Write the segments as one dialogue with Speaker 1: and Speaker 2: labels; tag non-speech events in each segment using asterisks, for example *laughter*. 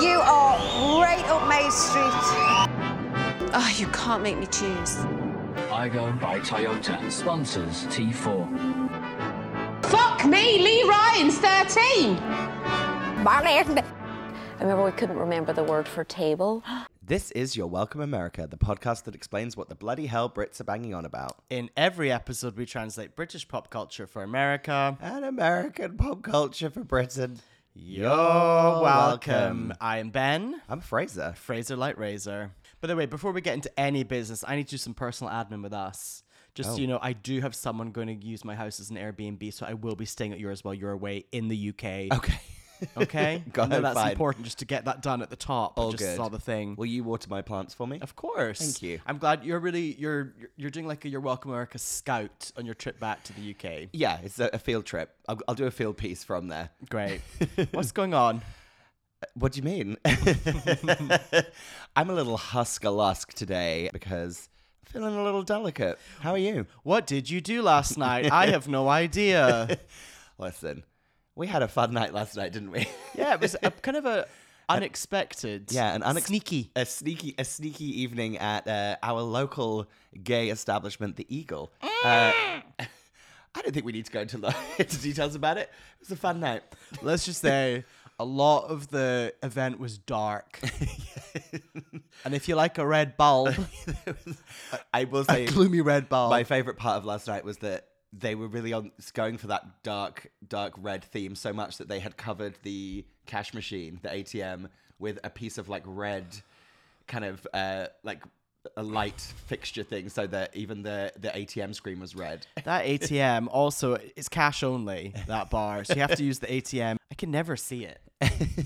Speaker 1: You are right up Main Street.
Speaker 2: Oh, you can't make me choose.
Speaker 3: I go by Toyota. Sponsors T4.
Speaker 4: Fuck me, Lee Ryan's 13.
Speaker 1: Marlon.
Speaker 2: I remember we couldn't remember the word for table.
Speaker 5: This is Your Welcome America, the podcast that explains what the bloody hell Brits are banging on about.
Speaker 6: In every episode, we translate British pop culture for America.
Speaker 5: And American pop culture for Britain. You're
Speaker 6: I am Ben,
Speaker 5: I'm Fraser.
Speaker 6: Fraser Light Razor. By the way, before we get into any business, I need to do some personal admin with us. Just
Speaker 5: Oh.
Speaker 6: so you know, I do have someone going to use my house as an Airbnb, so I will be staying at yours while you're away in the UK.
Speaker 5: *laughs* Okay. *laughs*
Speaker 6: Okay?
Speaker 5: Go
Speaker 6: I know
Speaker 5: ahead,
Speaker 6: that's
Speaker 5: fine.
Speaker 6: important just to get that done at the top.
Speaker 5: All
Speaker 6: I just
Speaker 5: good.
Speaker 6: saw the thing.
Speaker 5: Will you water my plants for me?
Speaker 6: of course.
Speaker 5: Thank you.
Speaker 6: I'm glad you're really you're you're- you're doing like a your Welcome America scout on your trip back to the UK.
Speaker 5: Yeah, it's a, a field trip. I'll, I'll do a field piece from there. *laughs*
Speaker 6: Great. What's going on?
Speaker 5: What do you
Speaker 6: *laughs*
Speaker 5: mean? *laughs* I'm a little husker lusk today because I'm feeling a little delicate. How are you?
Speaker 6: What did you do last night? I have no idea.
Speaker 5: Listen, we had a fun night last night, didn't we?
Speaker 6: *laughs* Yeah, it was
Speaker 5: *laughs*
Speaker 6: a, kind of *laughs* a unexpected.
Speaker 5: Yeah, an unex-
Speaker 6: sneaky.
Speaker 5: a sneaky, a sneaky evening at uh, our local gay establishment, the Eagle. Uh, *laughs* I don't think we need to go into, lo- *laughs* into details about it. It was a fun night.
Speaker 6: Let's just say a lot of the event was dark. and if you like a red bulb,
Speaker 5: *laughs* I will say,
Speaker 6: *laughs* gloomy red bulb.
Speaker 5: my favorite part of last night was that they were really on going for that dark, dark red theme so much that they had covered the cash machine, the ATM, with a piece of like red, kind of uh, like a light fixture thing, so that even the the ATM screen was red.
Speaker 6: *laughs* that ATM also it's cash only that bar, so you have to use the ATM. I can never see *laughs* it.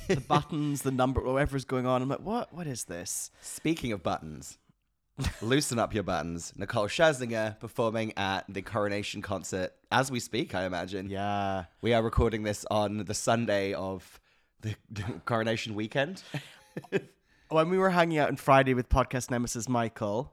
Speaker 6: the buttons, the number, whatever's going on. I'm like, what? What is this?
Speaker 5: Speaking of buttons, *laughs* loosen up your buttons. Nicole Scherzinger performing at the coronation concert as we speak, I imagine.
Speaker 6: Yeah.
Speaker 5: We are recording this on the Sunday of the *laughs* coronation weekend.
Speaker 6: When we were hanging out on Friday with podcast nemesis Michael.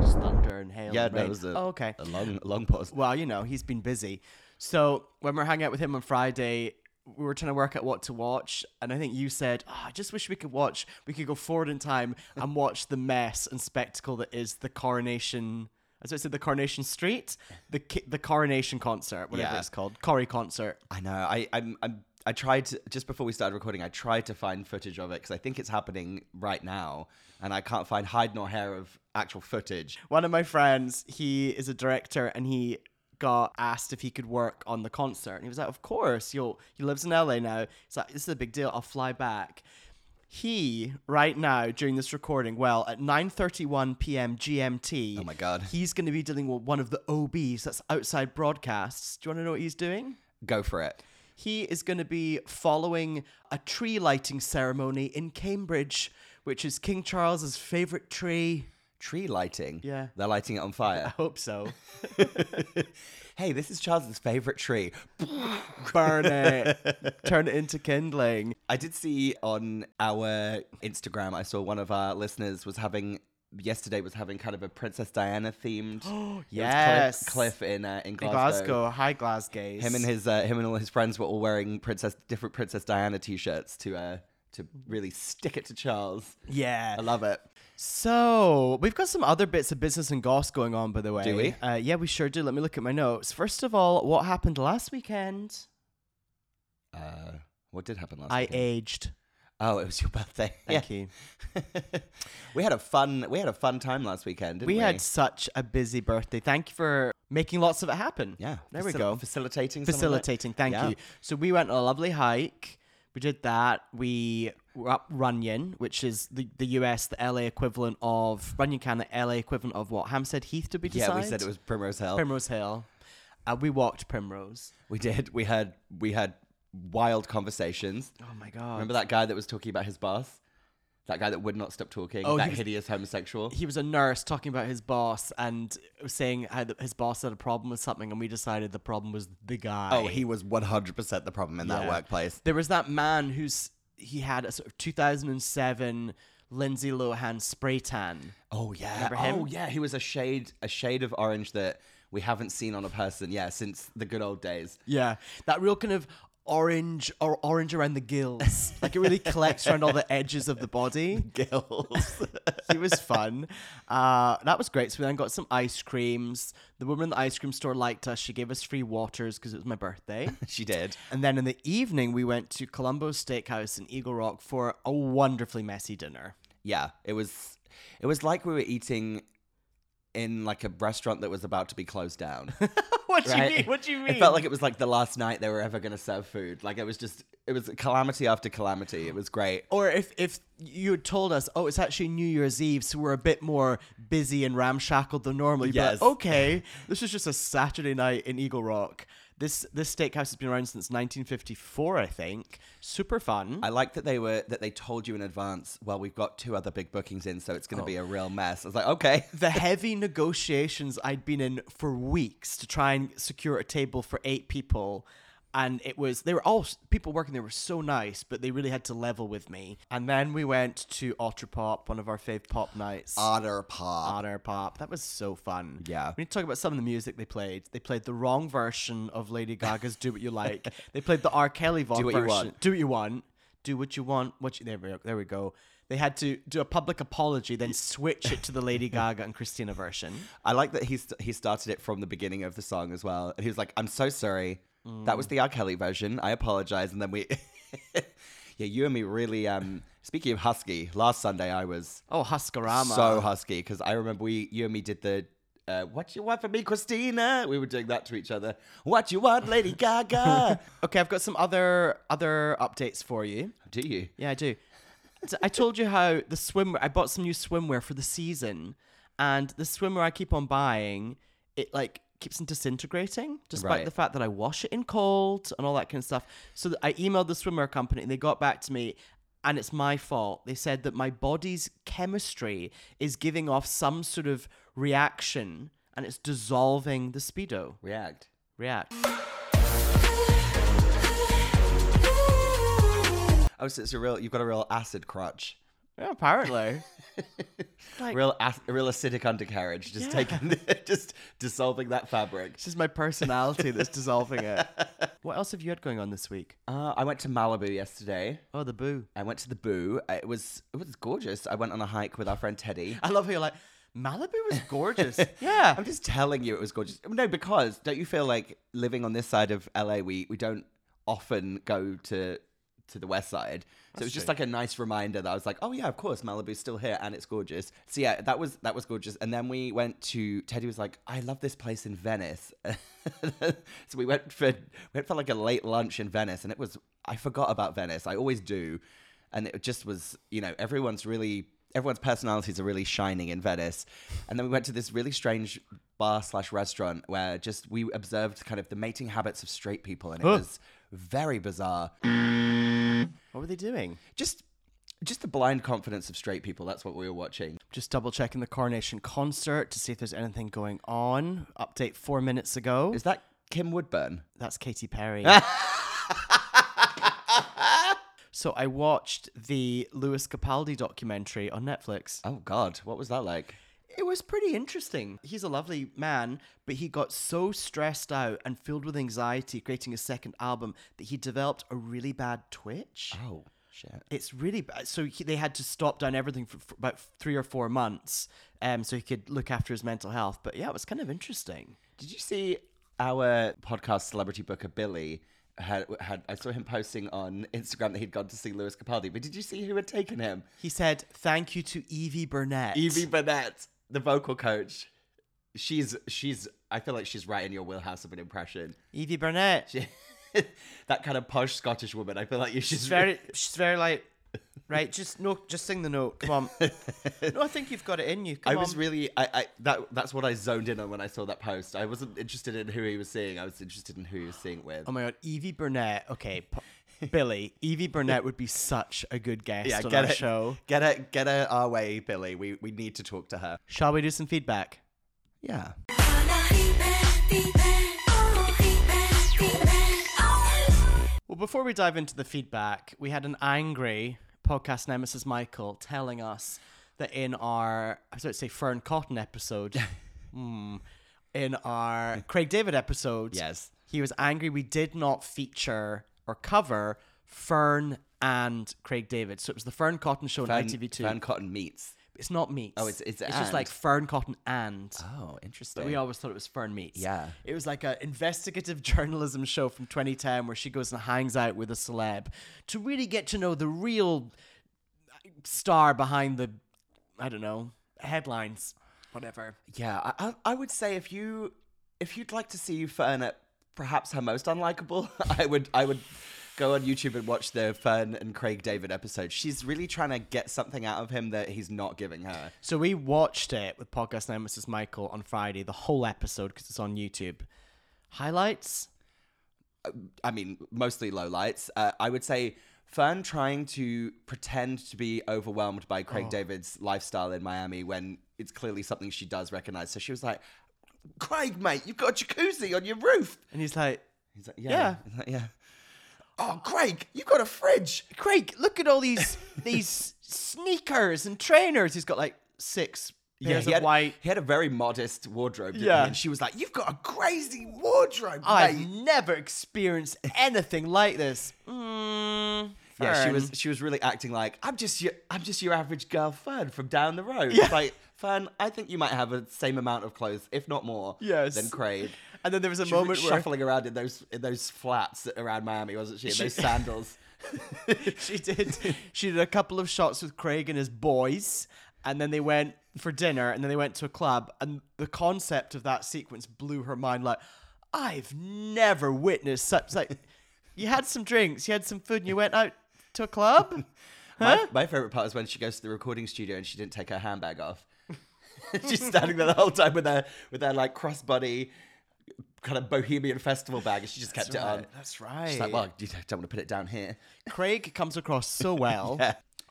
Speaker 6: Just thunder and hail.
Speaker 5: Yeah,
Speaker 6: and
Speaker 5: no, it
Speaker 6: rain.
Speaker 5: was a,
Speaker 6: oh, okay.
Speaker 5: a long, long pause.
Speaker 6: Well, you know, he's been busy. So when we were hanging out with him on Friday, we were trying to work out what to watch, and I think you said, oh, "I just wish we could watch. We could go forward in time and watch the mess and spectacle that is the coronation." As I said, the coronation street, the ki- the coronation concert, whatever
Speaker 5: Yeah.
Speaker 6: it's called, Corrie concert.
Speaker 5: I know. I, I'm, I'm, I tried to, just before we started recording, I tried to find footage of it because I think it's happening right now, and I can't find hide nor hair of actual footage.
Speaker 6: One of my friends, he is a director and he got asked if he could work on the concert. And he was like, Of course, you'll he lives in LA now. He's like, This is a big deal, I'll fly back. He, right now, during this recording, well, at 9.31 p.m. GMT.
Speaker 5: Oh my God.
Speaker 6: He's going to be dealing with one of the OBs, that's outside broadcasts. Do you want to know what he's doing?
Speaker 5: Go for it.
Speaker 6: He is going to be following a tree lighting ceremony in Cambridge, which is King Charles's favourite tree.
Speaker 5: Tree lighting.
Speaker 6: Yeah.
Speaker 5: They're lighting it on fire.
Speaker 6: Hope so.
Speaker 5: hey, this is Charles's favorite tree.
Speaker 6: burn it,
Speaker 5: *laughs*
Speaker 6: turn it into kindling.
Speaker 5: I did see on our Instagram, I saw one of our listeners was having yesterday was having kind of a Princess Diana *gasps* themed. it was
Speaker 6: Yes.
Speaker 5: Cliff, Cliff in uh, in
Speaker 6: In
Speaker 5: Glasgow.
Speaker 6: Glasgow, hi Glasgow.
Speaker 5: Him and his uh, him and all his friends were all wearing princess different Princess Diana t-shirts to uh to really stick it to Charles.
Speaker 6: yeah.
Speaker 5: I love it.
Speaker 6: So we've got some other bits of business and goss going on, by the way.
Speaker 5: Do we?
Speaker 6: Uh, yeah, we sure do. Let me look at my notes. First of all, what happened last weekend?
Speaker 5: Uh, what did happen last?
Speaker 6: I
Speaker 5: weekend?
Speaker 6: aged.
Speaker 5: Oh, it was your birthday.
Speaker 6: *laughs* Thank you.
Speaker 5: you. *laughs* we had a fun we had a fun time last weekend. Didn't
Speaker 6: We
Speaker 5: we
Speaker 6: had such a busy birthday. Thank you for making lots of it happen.
Speaker 5: Yeah.
Speaker 6: There we
Speaker 5: Facil-
Speaker 6: go.
Speaker 5: Facilitating. some of it.
Speaker 6: Facilitating. Thank
Speaker 5: Yeah.
Speaker 6: you. So we went on a lovely hike. We did that. We were up Runyon, which is the, the US, the LA equivalent of Runyon Can, the LA equivalent of what? Hampstead Heath, did we
Speaker 5: Yeah,
Speaker 6: decide?
Speaker 5: we said it was Primrose Hill.
Speaker 6: Primrose Hill. Uh, we walked Primrose.
Speaker 5: we did. We had we had wild conversations.
Speaker 6: Oh my god!
Speaker 5: Remember that guy that was talking about his boss? That guy that would not stop talking.
Speaker 6: Oh,
Speaker 5: that
Speaker 6: he was-
Speaker 5: hideous homosexual.
Speaker 6: He was a nurse talking about his boss and saying how th- his boss had a problem with something, and we decided the problem was the guy.
Speaker 5: oh, he was one hundred percent the problem in that
Speaker 6: Yeah.
Speaker 5: workplace.
Speaker 6: There was that man who's he had a sort of 2007 Lindsay Lohan spray tan.
Speaker 5: Oh yeah.
Speaker 6: Remember
Speaker 5: Oh
Speaker 6: him?
Speaker 5: yeah. He was a shade a shade of orange that we haven't seen on a person. Yeah, since the good old days.
Speaker 6: Yeah, that real kind of orange or orange around the *laughs* gills. like it really collects around all the edges of the body. *laughs*
Speaker 5: Gills.
Speaker 6: It was fun. Uh, that was great. So we then got some ice creams. The woman in the ice cream store liked us. She gave us free waters because it was my *laughs* birthday.
Speaker 5: she did.
Speaker 6: And then in the evening, we went to Columbo's Steakhouse in Eagle Rock for a wonderfully messy dinner.
Speaker 5: Yeah, it was. It was like we were eating in like a restaurant that was about to be closed down.
Speaker 6: *laughs* What do
Speaker 5: right?
Speaker 6: you mean? What do you mean?
Speaker 5: It felt like it was like the last night they were ever going to serve food. Like it was just, it was calamity after calamity. It was great.
Speaker 6: or if if you had told us, oh, it's actually New Year's Eve, so we're a bit more busy and ramshackled than normal. You'd be like,
Speaker 5: Yes.
Speaker 6: okay, *laughs* this is just a Saturday night in Eagle Rock. This this steakhouse has been around since 1954, I think. Super fun.
Speaker 5: I like that they were that they told you in advance. Well, we've got two other big bookings in, so it's
Speaker 6: Oh.
Speaker 5: going to be a real mess. I was like, okay,
Speaker 6: the heavy negotiations I'd been in for weeks to try and secure a table for eight people. And it was, they were all s- people working there were so nice, but they really had to level with me. And then we went to Otter Pop, one of our fave pop nights.
Speaker 5: otter pop.
Speaker 6: Otter Pop. That was so fun.
Speaker 5: Yeah.
Speaker 6: We need to talk about some of the music they played. They played the wrong version of Lady Gaga's Do What You Like.
Speaker 5: *laughs*
Speaker 6: they played the R. Kelly vo-
Speaker 5: Do What You
Speaker 6: version.
Speaker 5: Want.
Speaker 6: Do What You Want. Do What You Want. What you, there, we go, there we go. They had to do a public apology, then switch it to
Speaker 5: *laughs*
Speaker 6: the Lady Gaga and Christina version.
Speaker 5: I like that he st- he started it from the beginning of the song as well. And he was like, "I'm so sorry. That was the R. Kelly version. I apologize." And then we, *laughs* yeah, you and me really. Um, speaking of husky, last Sunday I was
Speaker 6: Oh, Huskarama.
Speaker 5: so husky because I remember we you and me did the. Uh, what you want from me, Christina? We were doing that to each other. What you want, Lady
Speaker 6: *laughs*
Speaker 5: Gaga?
Speaker 6: okay, I've got some other other updates for you.
Speaker 5: Do you?
Speaker 6: Yeah, I do. So I told you how the swimwear. I bought some new swimwear for the season, and the swimwear I keep on buying, it like keeps on disintegrating, despite
Speaker 5: Right.
Speaker 6: the fact that I wash it in cold and all that kind of stuff. So th- I emailed the swimwear company, and they got back to me. And it's my fault. They said that my body's chemistry is giving off some sort of reaction and it's dissolving the Speedo.
Speaker 5: React.
Speaker 6: React.
Speaker 5: Oh, so it's a real. You've got a real acid crotch.
Speaker 6: Yeah, apparently. *laughs* Like-
Speaker 5: real, ac- real acidic undercarriage. Just taking, *laughs* just dissolving that fabric.
Speaker 6: It's just my personality that's dissolving it. *laughs* What else have you had going on this week?
Speaker 5: Uh, I went to Malibu yesterday.
Speaker 6: Oh, the boo.
Speaker 5: I went to the Boo. Uh, It was it was gorgeous. I went on a hike with our friend Teddy.
Speaker 6: I love how you're like, Malibu was gorgeous. *laughs*
Speaker 5: *laughs*
Speaker 6: yeah.
Speaker 5: I'm just telling you, it was gorgeous. No, because don't you feel like living on this side of LA, we we don't often go to to the west side. So it was just like a nice reminder that I was like, oh yeah, of course, Malibu's still here and it's gorgeous. So yeah, that was that was gorgeous. And then we went to Teddy was like, I love this place in Venice. *laughs* so we went for we went for like a late lunch in Venice, and it was I forgot about Venice. I always do, and it just was you know everyone's really everyone's personalities are really shining in Venice. And then we went to this really strange bar slash restaurant where just we observed kind of the mating habits of straight people, and it was very bizarre.
Speaker 6: What were they doing?
Speaker 5: Just just the blind confidence of straight people. That's what we were watching.
Speaker 6: Just double checking the Coronation concert to see if there's anything going on. Update four minutes ago.
Speaker 5: Is that Kim Woodburn?
Speaker 6: That's Katy *laughs* Perry. so I watched the Lewis Capaldi documentary on Netflix.
Speaker 5: Oh God, what was that like?
Speaker 6: It was pretty interesting. He's a lovely man, but he got so stressed out and filled with anxiety creating his second album that he developed a really bad twitch.
Speaker 5: Oh shit.
Speaker 6: It's really bad. So he, they had to stop down everything for, for about three or four months um, so he could look after his mental health. But yeah, it was kind of interesting.
Speaker 5: Did you see our podcast celebrity booker Billy? Had, had I saw him posting on Instagram that he'd gone to see Lewis Capaldi, but did you see who had taken him?
Speaker 6: He said, Thank you to Evie Burnett.
Speaker 5: Evie Burnett, the vocal coach. She's she's I feel like she's right in your wheelhouse of an impression.
Speaker 6: Evie Burnett.
Speaker 5: *laughs* that kind of posh Scottish woman. I feel like you should
Speaker 6: She's very, she's very like, right, just no, just sing the note. Come on.
Speaker 5: *laughs*
Speaker 6: no, I think you've got it in you. Come
Speaker 5: I was
Speaker 6: on.
Speaker 5: really I, I that that's what I zoned in on when I saw that post. I wasn't interested in who he was seeing. I was interested in who he was seeing it with.
Speaker 6: Oh my god, Evie Burnett. Okay,
Speaker 5: *laughs*
Speaker 6: p- Billy, Evie Burnett would be such a good guest on our
Speaker 5: it.
Speaker 6: show.
Speaker 5: Get it get her our way, Billy. We we need to talk to her.
Speaker 6: Shall we do some feedback?
Speaker 5: Yeah.
Speaker 6: Well, before we dive into the feedback, we had an angry podcast nemesis Michael telling us that in our I was about to say Fern Cotton episode,
Speaker 5: *laughs*
Speaker 6: Hmm. in our Craig David episode,
Speaker 5: Yes.
Speaker 6: he was angry we did not feature. or cover Fern and Craig David. So it was the Fern Cotton show on
Speaker 5: Fern,
Speaker 6: ITV2.
Speaker 5: Fern Cotton Meats.
Speaker 6: it's not meat.
Speaker 5: Oh, it's- it's
Speaker 6: just
Speaker 5: and.
Speaker 6: like Fern Cotton and.
Speaker 5: Oh, interesting.
Speaker 6: But we always thought it was Fern Meets.
Speaker 5: Yeah.
Speaker 6: It was like an investigative *laughs* journalism show from 2010 where she goes and hangs out with a celeb to really get to know the real uh, star behind the, I don't know, headlines, whatever.
Speaker 5: Yeah, I, I I would say if you if you'd like to see Fern at perhaps her most unlikable, *laughs* I would I would go on YouTube and watch the Fern and Craig David episode. She's really trying to get something out of him that he's not giving her.
Speaker 6: So we watched it with podcast name Mrs. Michael on Friday, the whole episode because it's on YouTube. Highlights?
Speaker 5: I mean, mostly low lights. Uh, I would say Fern trying to pretend to be overwhelmed by Craig David's lifestyle in Miami when it's clearly something she does recognize. So she was like, "Craig, mate, you've got a jacuzzi on your roof."
Speaker 6: And he's like,
Speaker 5: He's like, "Yeah,
Speaker 6: Yeah.
Speaker 5: He's like, yeah." Oh, Craig, you've got a fridge.
Speaker 6: Craig, look at
Speaker 5: *laughs*
Speaker 6: all these these sneakers and trainers. He's got like six
Speaker 5: Yeah,
Speaker 6: pairs
Speaker 5: he
Speaker 6: of
Speaker 5: had,
Speaker 6: white.
Speaker 5: he had a very modest wardrobe. Didn't
Speaker 6: Yeah.
Speaker 5: he? And she was like, You've got a crazy wardrobe,
Speaker 6: I've
Speaker 5: mate.
Speaker 6: never experienced anything like this. Mm,
Speaker 5: Yeah, she was
Speaker 6: Fern.
Speaker 5: she was really acting like, I'm just your I'm just your average girl Fern from down the road. It's like, Fern, I think you might have the same amount of clothes, if not more,
Speaker 6: Yes.
Speaker 5: than Craig.
Speaker 6: And then there was a
Speaker 5: She was
Speaker 6: moment where
Speaker 5: shuffling around in those in those flats around Miami, wasn't she? In
Speaker 6: She-
Speaker 5: those sandals.
Speaker 6: *laughs* she did she did a couple of shots with Craig and his boys, and then they went for dinner, and then they went to a club, and the concept of that sequence blew her mind. Like, I've never witnessed such like. *laughs* You had some drinks, you had some food, and you went out to a
Speaker 5: *laughs*
Speaker 6: club.
Speaker 5: My, my favorite part is when she goes to the recording studio and she didn't take her handbag off. *laughs* She's standing there the whole time with her with her like crossbody kind of bohemian festival bag, and she just kept it on.
Speaker 6: That's right.
Speaker 5: She's like, well, you don't want to put it down here.
Speaker 6: Craig comes
Speaker 5: *laughs*
Speaker 6: across so well.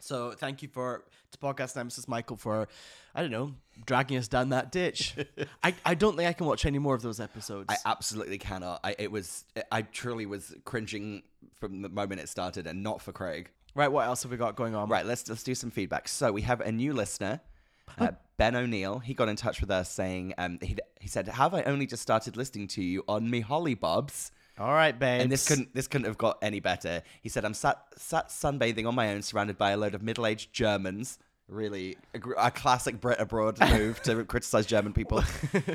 Speaker 6: So thank you for to podcast Nemesis Michael for I don't know dragging us down
Speaker 5: *laughs*
Speaker 6: that ditch. I, I don't think I can watch any more of those episodes.
Speaker 5: I absolutely cannot. I, it was, I truly was cringing from the moment it started, and not for Craig.
Speaker 6: right, what else have we got going on?
Speaker 5: Right, let's let's do some feedback. So we have a new listener, uh, Ben O'Neill. He got in touch with us saying um, he he said, "Have I only just started listening to you on me Holly Bobs?"
Speaker 6: all right, babe.
Speaker 5: And this couldn't this couldn't have got any better. He said, "I'm sat sat sunbathing on my own, surrounded by a load of middle aged Germans." Really, a, gr- a classic Brit abroad move to *laughs* criticize German people.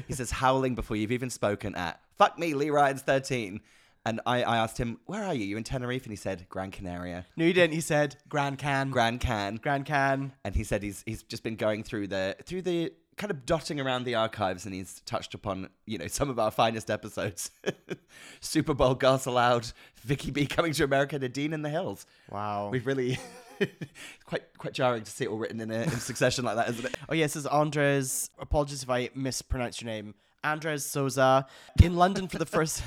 Speaker 5: he says, "Howling before you've even spoken at fuck me, Lee Ryan's 13." And I, I asked him, "Where are you? You in Tenerife?" And he said, "Gran Canaria,
Speaker 6: No, he didn't. He said Grand Can.
Speaker 5: Gran Can."
Speaker 6: Grand Can.
Speaker 5: and he said he's he's just been going through the through the kind of dotting around the archives and he's touched upon you know some of our finest episodes *laughs* super bowl girls allowed vicky b coming to america nadine in the hills
Speaker 6: Wow.
Speaker 5: we've really *laughs* quite quite jarring to see it all written in, a, in succession like that isn't it
Speaker 6: Oh yes, this is Andres. Apologies if I mispronounce your name. Andres Souza in London for
Speaker 5: *laughs*
Speaker 6: the first.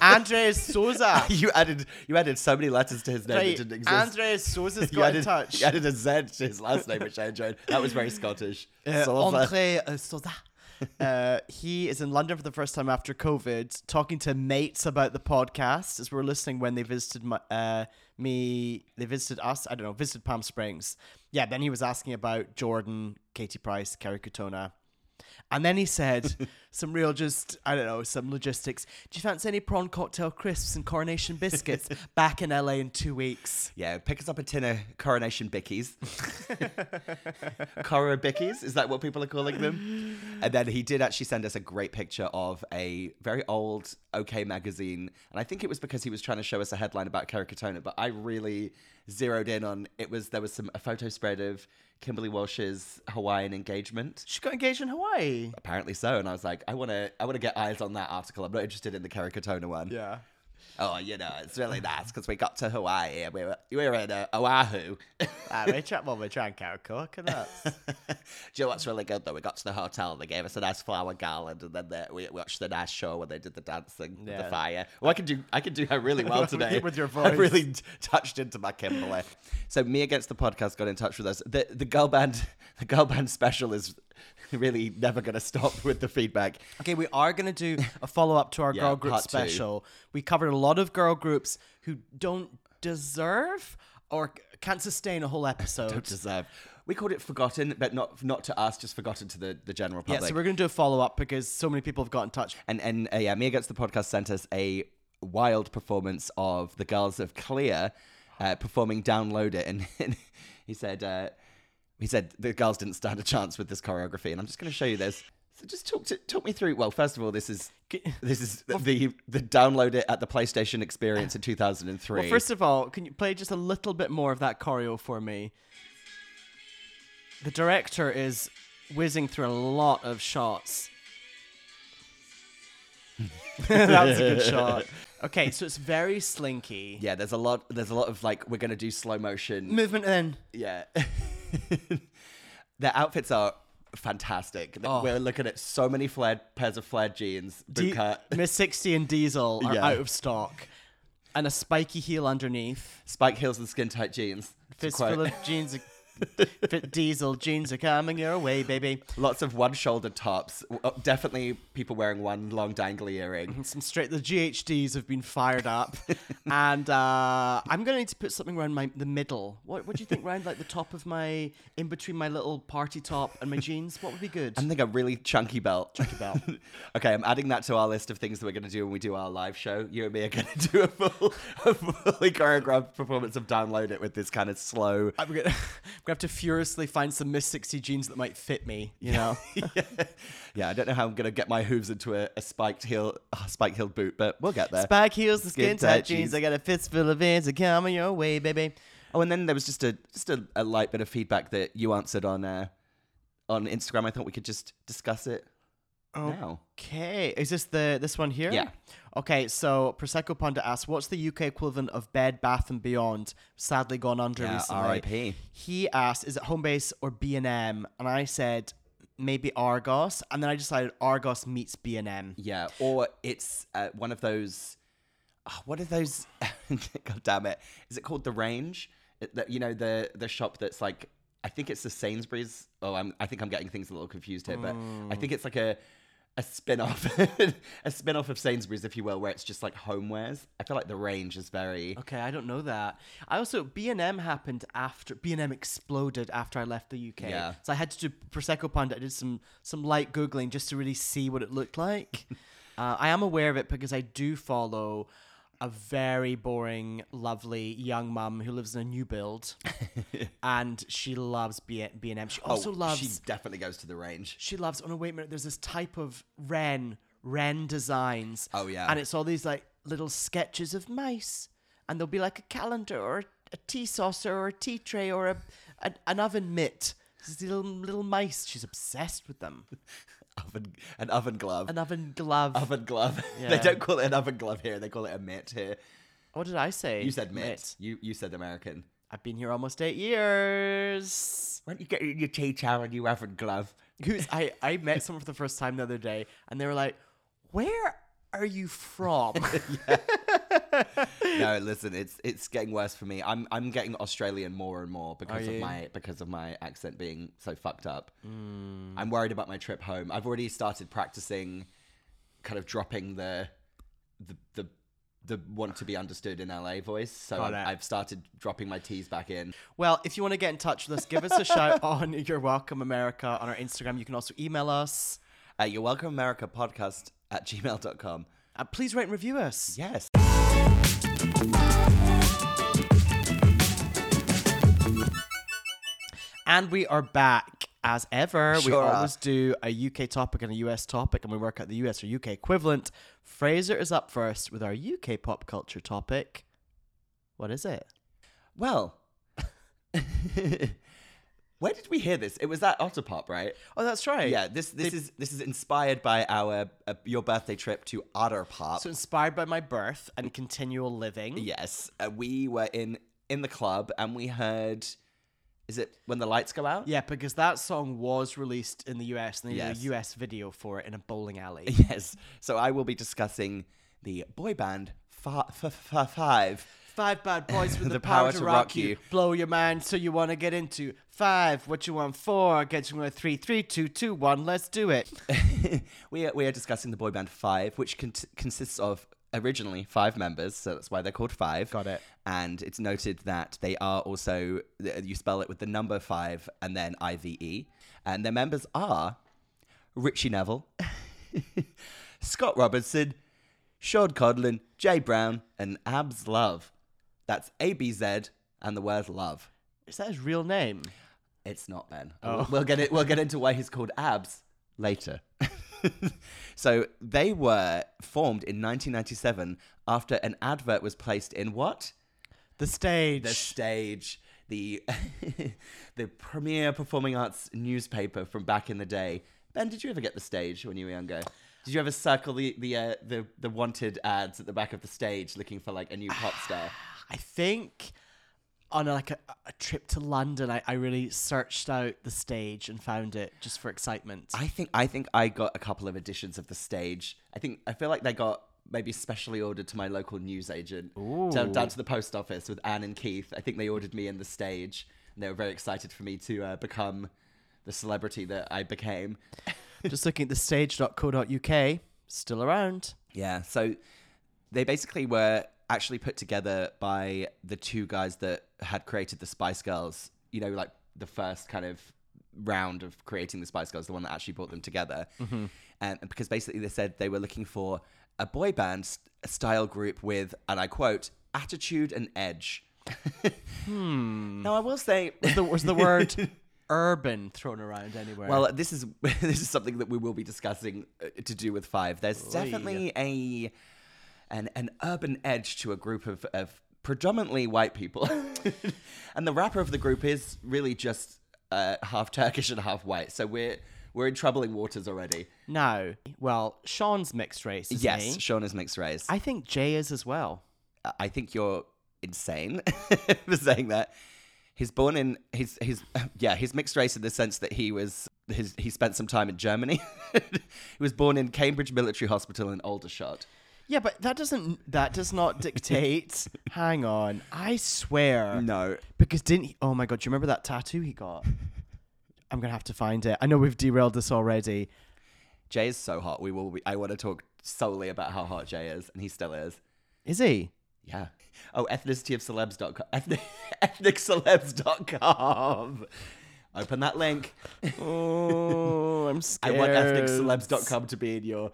Speaker 6: Andres Souza.
Speaker 5: you added you added so many letters to his name that
Speaker 6: Right.
Speaker 5: didn't exist
Speaker 6: Andres
Speaker 5: *laughs*
Speaker 6: Souza's
Speaker 5: You
Speaker 6: got
Speaker 5: added,
Speaker 6: in touch.
Speaker 5: you added a Z to his last name, which I enjoyed. That was very Scottish.
Speaker 6: Uh,
Speaker 5: So-
Speaker 6: André, uh, Sosa. Uh, he is in London for the first time after COVID, talking to mates about the podcast as we're listening when they visited my, uh, me. They visited us. I don't know. Visited Palm Springs. Yeah. Then he was asking about Jordan, Katie Price, Kerry Katona. And then he said some real just, I don't know, some logistics. Do you fancy any prawn cocktail crisps and coronation biscuits back in LA in two weeks?
Speaker 5: Yeah, pick us up a tin of Coronation Bickies. Coro Bickies, is that what people are calling them? And then he did actually send us a great picture of a very old OK magazine. And I think it was because he was trying to show us a headline about Kerikatona, but I really zeroed in on it was there was some a photo spread of Kimberly Walsh's Hawaiian engagement.
Speaker 6: She got engaged in Hawaii.
Speaker 5: Apparently so. And I was like, I wanna I wanna get eyes on that article. I'm not interested in the Kerikatona one.
Speaker 6: Yeah.
Speaker 5: Oh, you know, it's really nice because we got to Hawaii and we were we were in uh, Oahu. *laughs*
Speaker 6: Ah, we tra- well, we drank out of coke and that.
Speaker 5: Do you know what's really good though? We got to the hotel and they gave us a nice flower garland, and then the, we watched the nice show when they did the dancing, with
Speaker 6: Yeah.
Speaker 5: the fire. Well, I can do I can do her really well
Speaker 6: *laughs* With
Speaker 5: today
Speaker 6: your-
Speaker 5: *laughs*
Speaker 6: with your
Speaker 5: I really t- touched into my Kimberly. so me against the podcast got in touch with us. The the girl band *laughs* the girl band special is really never going to stop with the feedback.
Speaker 6: Okay, we are going to do a follow up to our
Speaker 5: *laughs* Yeah,
Speaker 6: girl group
Speaker 5: part two.
Speaker 6: special. We covered a lot of girl groups who don't deserve or c- can't sustain a whole
Speaker 5: *laughs*
Speaker 6: episode.
Speaker 5: Don't deserve. We called it forgotten, but not not to us, just forgotten to the the general
Speaker 6: yeah,
Speaker 5: public.
Speaker 6: so we're going to do a follow up because so many people have got in touch.
Speaker 5: And and uh, yeah, me against the podcast sent us a wild performance of the girls of Clear uh, performing "Download It," and, *laughs* he said, uh, "He said the girls didn't stand a chance with this choreography." And I'm just going to show you this. So just talk to, talk me through. Well, first of all, this is this is the the download it at the PlayStation
Speaker 6: *laughs*
Speaker 5: experience in 2003.
Speaker 6: Well, first of all, can you play just a little bit more of that choreo for me? The director is whizzing through a lot of shots. *laughs* that was a
Speaker 5: *laughs*
Speaker 6: good shot. Okay, so it's very slinky.
Speaker 5: yeah, there's a lot there's a lot of like we're going to do slow motion.
Speaker 6: Movement in.
Speaker 5: Yeah. *laughs* Their outfits are fantastic. We're looking at so many flared pairs of flared jeans, boot
Speaker 6: D-
Speaker 5: cut,
Speaker 6: Miss 60 and Diesel are
Speaker 5: Yeah.
Speaker 6: out of stock. And a spiky heel underneath.
Speaker 5: spike heels and skin tight jeans. to quote.
Speaker 6: Fistful of jeans. Fit Diesel jeans are coming your way, baby.
Speaker 5: *laughs* Lots of one shoulder tops. W- oh, Definitely people wearing one long dangly earring.
Speaker 6: Some straight. The GHDs have been
Speaker 5: *laughs*
Speaker 6: fired up, and uh, I'm gonna need to put something around my the middle. What, what do
Speaker 5: *laughs*
Speaker 6: you think? Round like the top of my, in between my little party top and my jeans. What would be good?
Speaker 5: I think a really chunky belt. Chunky
Speaker 6: belt.
Speaker 5: *laughs* okay, I'm adding that to our list of things that we're going to do when we do our live show. You and me are going to *laughs* do a full, a fully choreographed performance of Download It with this kind of slow.
Speaker 6: I'm *laughs* gonna, I'm gonna have to furiously find some Miss 60 jeans that might fit me. You know.
Speaker 5: *laughs* Yeah, I don't know how I'm going to get my hooves into a, a spiked heel, a spiked heel boot, but we'll get there.
Speaker 6: Spike heels, the
Speaker 5: Skin
Speaker 6: skin
Speaker 5: tight
Speaker 6: tight jeans.
Speaker 5: jeans.
Speaker 6: I got a fistful of ends are coming your way, baby.
Speaker 5: Oh, and then there was just a just a, a light bit of feedback that you answered on uh, on Instagram. I thought we could just discuss it
Speaker 6: Oh.
Speaker 5: now.
Speaker 6: Okay, is this the this one here?
Speaker 5: Yeah.
Speaker 6: Okay, so Prosecco Panda asks, "What's the UK equivalent of Bed Bath and Beyond?" Sadly, gone under
Speaker 5: Yeah,
Speaker 6: recently.
Speaker 5: RIP.
Speaker 6: He asked, "Is it Homebase or B and M?" And I said, "Maybe Argos." And then I decided Argos meets B and M.
Speaker 5: Yeah, or it's uh, one of those. ah, what are those? *laughs* God damn it! Is it called the Range? It- that- you know the the shop that's like I think it's the Sainsbury's. Oh, I'm I think I'm getting things a little confused here, but I think it's like a a spin off *laughs* a spin off of Sainsbury's, if you will, where it's just like homewares. I feel like the Range is very.
Speaker 6: Okay, I don't know that. I also B and M happened after B and M exploded after I left the UK.
Speaker 5: Yeah.
Speaker 6: So I had to do Prosecco Panda. I did some some light googling just to really see what it
Speaker 5: *laughs*
Speaker 6: looked like. uh, I am aware of it because I do follow a very boring, lovely young mum who lives in a
Speaker 5: *laughs*
Speaker 6: new build, and she loves B and M. She also
Speaker 5: oh,
Speaker 6: loves
Speaker 5: She definitely goes to the Range.
Speaker 6: she loves. Oh no, wait a minute. There's this type of Ren Ren designs.
Speaker 5: Oh, yeah.
Speaker 6: and it's all these like little sketches of mice, and there'll be like a calendar or a tea saucer or a tea tray or a an, an oven mitt. These little little mice. She's obsessed
Speaker 5: *laughs*
Speaker 6: with them.
Speaker 5: *laughs* oven, an oven glove.
Speaker 6: An oven glove.
Speaker 5: oven glove. *laughs* they
Speaker 6: Yeah.
Speaker 5: don't call it an oven glove here. They call it a mitt here.
Speaker 6: What did I say?
Speaker 5: You said mitt. You you said American.
Speaker 6: I've been here almost eight years.
Speaker 5: Why don't you get your tea towel and your oven glove?
Speaker 6: Who's I, I met someone for the first time the other day and they were like, Where are you
Speaker 5: *laughs*
Speaker 6: from?
Speaker 5: No, listen, it's it's getting worse for me. I'm I'm getting Australian more and more because of
Speaker 6: you?
Speaker 5: my because of my accent being so fucked up. I'm worried about my trip home. I've already started practicing, kind of dropping the the the the want to be understood in LA voice. So
Speaker 6: Got
Speaker 5: I've,
Speaker 6: it.
Speaker 5: I've started dropping my T's back in.
Speaker 6: Well, if you want to get in touch with us, give us
Speaker 5: *laughs*
Speaker 6: a shout on You're Welcome America on our Instagram. You can also email us.
Speaker 5: Uh, you're welcome, America podcast at gmail.com.
Speaker 6: Uh, please rate and review us.
Speaker 5: Yes.
Speaker 6: And we are back as ever. we
Speaker 5: Sure.
Speaker 6: always do a UK topic and a US topic, and we work out the US or UK equivalent. Fraser is up first with our UK pop culture topic. What is it?
Speaker 5: Well, *laughs* where did we hear this? It was that Otter Pop, right?
Speaker 6: Oh, that's right.
Speaker 5: Yeah, this this is this is inspired by our uh, your birthday trip to Otter Pop.
Speaker 6: So inspired by my birth and continual living.
Speaker 5: yes, uh, we were in in the club and we heard. Is it when the lights go out?
Speaker 6: Yeah, because that song was released in the US and they
Speaker 5: Yes.
Speaker 6: did a US video for it in a bowling alley.
Speaker 5: *laughs* *laughs* Yes. So I will be discussing the boy band fa- fa- fa- Five.
Speaker 6: Five
Speaker 5: *laughs*
Speaker 6: bad boys with
Speaker 5: The power to rock you.
Speaker 6: Blow your mind so you want to get into. Five, what you want for? Get you with three, three, two, two, one. Let's do it.
Speaker 5: we are, we are discussing the boy band Five, which con- consists of originally five members, so that's why they're called Five.
Speaker 6: Got it.
Speaker 5: And it's noted that they are also th- you spell it with the number five and then I V E, and their members *laughs* are Richie Neville, Scott Robertson, Sean Codlin, Jay Brown, and Abs Love. That's A B Z and the word love.
Speaker 6: Is that his real name?
Speaker 5: It's not Ben. We'll get it. We'll get into why he's called Abs later. *laughs* so they were formed in 1997 after an advert was placed in what
Speaker 6: The stage.
Speaker 5: the stage, the *laughs* the premier performing arts newspaper from back in the day. Ben, did you ever get the stage when you were younger? Did you ever circle the the uh, the, the wanted ads at the back of the stage looking for like a new pop star?
Speaker 6: I think on like a, a trip to London, I, I really searched out the stage and found it just for excitement.
Speaker 5: I think I think I got a couple of editions of the stage. I think I feel like they got maybe specially ordered to my local newsagent down, down to the post office with Anne and Keith. I think they ordered me in the stage, and they were very excited for me to uh, become the celebrity that I became.
Speaker 6: *laughs* just looking at the stage.co.uk,
Speaker 5: *laughs*
Speaker 6: still around.
Speaker 5: Yeah. So they basically were actually put together by the two guys that had created the Spice Girls, you know, like the first kind of round of creating the Spice Girls, the one that actually brought them together. Um, And because basically they said they were looking for a boy band st- style group with, and I quote, attitude and edge. *laughs* hmm. Now I will say
Speaker 6: Was the, was the word urban thrown around anywhere?
Speaker 5: well, uh, this is *laughs* this is something that we will be discussing uh, to do with five. There's definitely a an an urban edge to a group of of predominantly white people, *laughs* and the rapper of the group is really just uh, half Turkish and half white. So we're we're in troubling waters already.
Speaker 6: now, well, Sean's mixed race. Isn't
Speaker 5: yes,
Speaker 6: he?
Speaker 5: Sean is mixed race. I,
Speaker 6: I think Jay is as well.
Speaker 5: I think you're insane *laughs* for saying that. He's born in he's he's yeah he's mixed race in the sense that he was his he spent some time in Germany. *laughs* he was born in Cambridge Military Hospital in Aldershot.
Speaker 6: Yeah, but that doesn't that does
Speaker 5: *laughs*
Speaker 6: not dictate. hang on, I swear.
Speaker 5: No.
Speaker 6: because didn't he? Oh my god, do you remember that tattoo
Speaker 5: *laughs*
Speaker 6: he got? I'm gonna have to find it. I know we've derailed this already.
Speaker 5: Jay is so hot. We will. Be, I want to talk solely about how hot Jay is, and he still is.
Speaker 6: Is he?
Speaker 5: Yeah. Oh, ethnicity of celebs.com. *laughs* Ethnic, ethniccelebs.com. Open that link.
Speaker 6: Oh, *laughs* I'm
Speaker 5: I
Speaker 6: scared.
Speaker 5: want ethniccelebs.com to be in your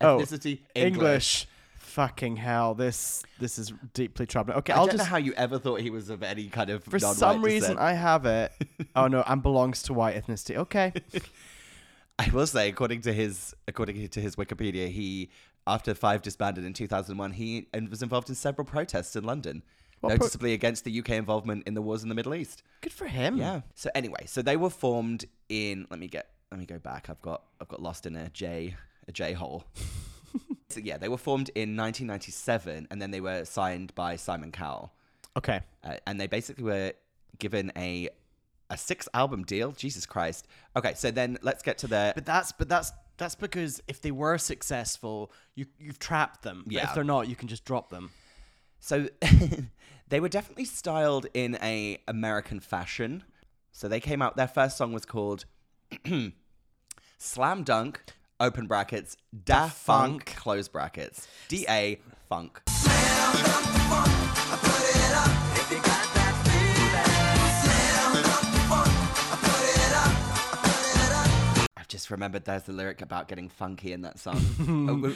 Speaker 6: Oh,
Speaker 5: ethnicity
Speaker 6: English. Fucking hell, this this is deeply troubling. Okay,
Speaker 5: I
Speaker 6: I'll
Speaker 5: don't
Speaker 6: just
Speaker 5: know how you ever thought he was of any kind of
Speaker 6: for
Speaker 5: non-white
Speaker 6: some reason
Speaker 5: descent.
Speaker 6: I
Speaker 5: *laughs*
Speaker 6: have it. oh no, and belongs to white ethnicity. Okay.
Speaker 5: I will say, according to his according to his Wikipedia, he after Five disbanded in 2001, he and was involved in several protests in London,
Speaker 6: pro-
Speaker 5: noticeably against the UK involvement in the wars in the Middle East.
Speaker 6: Good for him.
Speaker 5: Yeah. So anyway, so they were formed in. Let me get. Let me go back. I've got. I've got lost in a J. A J
Speaker 6: *laughs*
Speaker 5: hole. so yeah, they were formed in 1997, and then they were signed by Simon Cowell,
Speaker 6: Okay.
Speaker 5: uh, and they basically were given a a six album deal. Jesus Christ. Okay, so then let's get to their.
Speaker 6: But that's but that's that's because if they were successful, you you've trapped them. But
Speaker 5: Yeah.
Speaker 6: if they're not, you can just drop them.
Speaker 5: So *laughs* they were definitely styled in a American fashion. So they came out. Their first song was called *clears throat* "Slam Dunk." Open brackets, Da Funk, close brackets, D A Funk. I've just remembered there's the lyric about getting funky in that *laughs* song.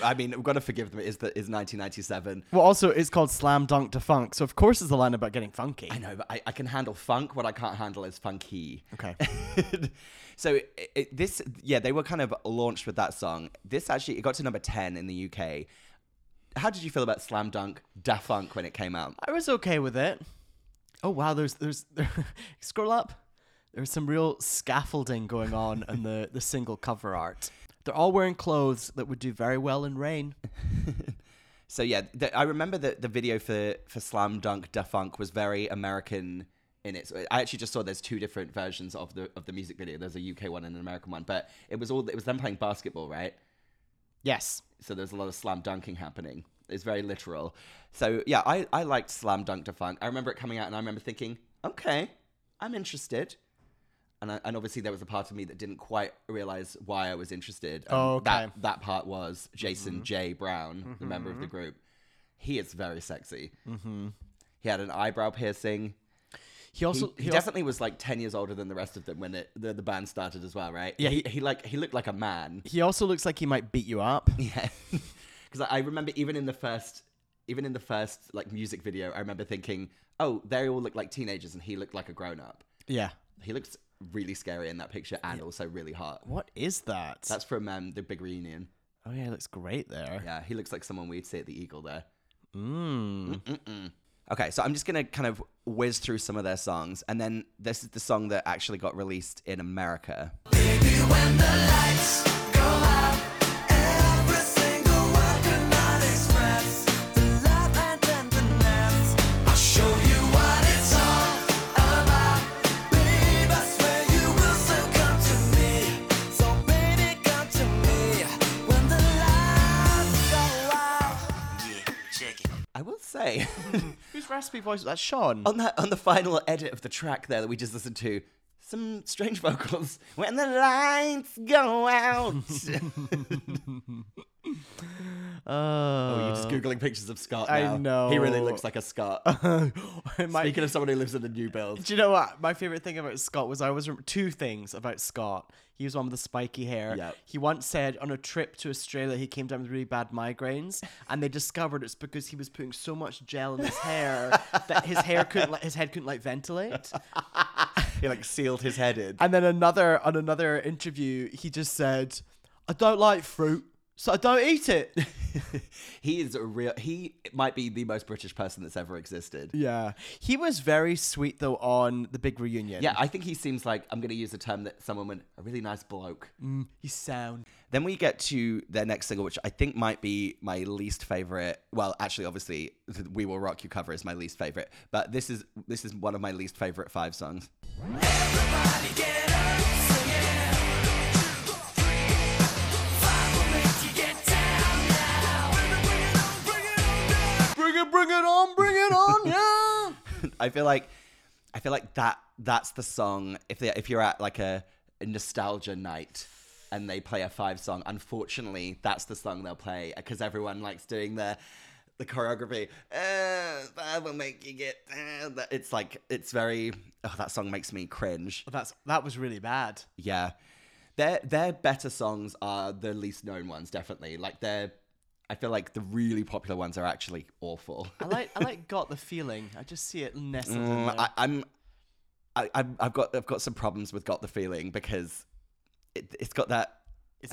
Speaker 5: I mean, we've got to forgive them. It Is that is 1997?
Speaker 6: Well, also it's called Slam Dunk to Funk, so of course there's a line about getting funky.
Speaker 5: I know, but I, I can handle funk. What I can't handle is funky.
Speaker 6: Okay.
Speaker 5: *laughs* so it, it, this, yeah, they were kind of launched with that song. This actually, it got to number 10 in the UK. How did you feel about Slam Dunk Da Funk when it came out?
Speaker 6: *laughs* I was okay with it. Oh wow, there's there's *laughs* scroll up. There's some real scaffolding going on in the the single cover art. They're all wearing clothes that would do very well in rain.
Speaker 5: So yeah, the, I remember that the video for, for Slam Dunk Da Funk was very American in its. I actually just saw there's two different versions of the of the music video. There's a UK one and an American one, but it was all it was them playing basketball, right?
Speaker 6: Yes.
Speaker 5: so there's a lot of slam dunking happening. It's very literal. So yeah, I, I liked Slam Dunk to Funk. I remember it coming out and I remember thinking, okay, I'm interested. And, I, and obviously there was a part of me that didn't quite realize why I was interested. And
Speaker 6: Oh, okay.
Speaker 5: That, that part was Jason J. Brown, the member of the group. He is very sexy. Mm-hmm. He had an eyebrow piercing.
Speaker 6: He
Speaker 5: He,
Speaker 6: also
Speaker 5: he
Speaker 6: al-
Speaker 5: definitely was like 10 years older than the rest of them when it, the, the band started as well, right? Yeah. He, he like, he looked like a man.
Speaker 6: he also looks like he might beat you up.
Speaker 5: *laughs* Yeah. because I, I remember even in the first, even in the first like music video, I remember thinking, oh, they all look like teenagers, and he looked like a grown up.
Speaker 6: Yeah.
Speaker 5: He looks really scary in that picture, and also really hot.
Speaker 6: What is that?
Speaker 5: That's from um, the big reunion.
Speaker 6: oh yeah, it looks great there.
Speaker 5: Yeah, he looks like someone we'd see at the Eagle there. Mm. Okay, so I'm just gonna kind of whiz through some of their songs, and then this is the song that actually got released in America. I will say *laughs*
Speaker 6: Whose raspy voice? That's Sean.
Speaker 5: on that on the final edit of the track there that we just listened to, some strange *laughs* vocals. When the lights go out. *laughs* oh, you're just googling pictures of Scott.
Speaker 6: I
Speaker 5: now.
Speaker 6: know.
Speaker 5: he really looks like a *laughs* Scott.
Speaker 6: *laughs* My-
Speaker 5: Speaking of someone who lives in a new build. *laughs*
Speaker 6: Do you know what? My favorite thing about Scott was I was two things about Scott. He was one with the spiky hair.
Speaker 5: Yep.
Speaker 6: He once said on a trip to Australia he came down with really bad migraines, and they discovered it's because he was putting so much gel in his hair
Speaker 5: *laughs*
Speaker 6: that his hair couldn't, like, his head couldn't like ventilate.
Speaker 5: He like sealed his head in.
Speaker 6: And then another on another interview, he just said, "I don't like fruit, so I don't eat it."
Speaker 5: *laughs* he is a real. He might be the most British person that's ever existed.
Speaker 6: yeah, he was very sweet though on the big reunion.
Speaker 5: Yeah, I think he seems like I'm going to use a term that someone would a really nice bloke.
Speaker 6: he's sound.
Speaker 5: Then we get to their next single, which I think might be my least favorite. Well, actually, obviously, "We Will Rock You" cover is my least favorite, but this is this is one of my least favorite five songs.
Speaker 6: Bring it, bring it on, bring it on, yeah.
Speaker 5: I feel like I feel like that that's the song if they if you're at like a, a nostalgia night and they play a five song unfortunately that's the song they'll play because everyone likes doing the the choreography uh, that will make you get down. That- it's like it's very oh that song makes me cringe
Speaker 6: oh, That's that was really bad.
Speaker 5: yeah their their better songs are the least known ones definitely like they're I feel like the really popular ones are actually awful
Speaker 6: I like I like got the feeling. I just see it nestled in
Speaker 5: *laughs* Mm,
Speaker 6: there.
Speaker 5: I, I'm, I, I'm, I've got, I've got some problems with got the feeling because it, it's got that.
Speaker 6: it's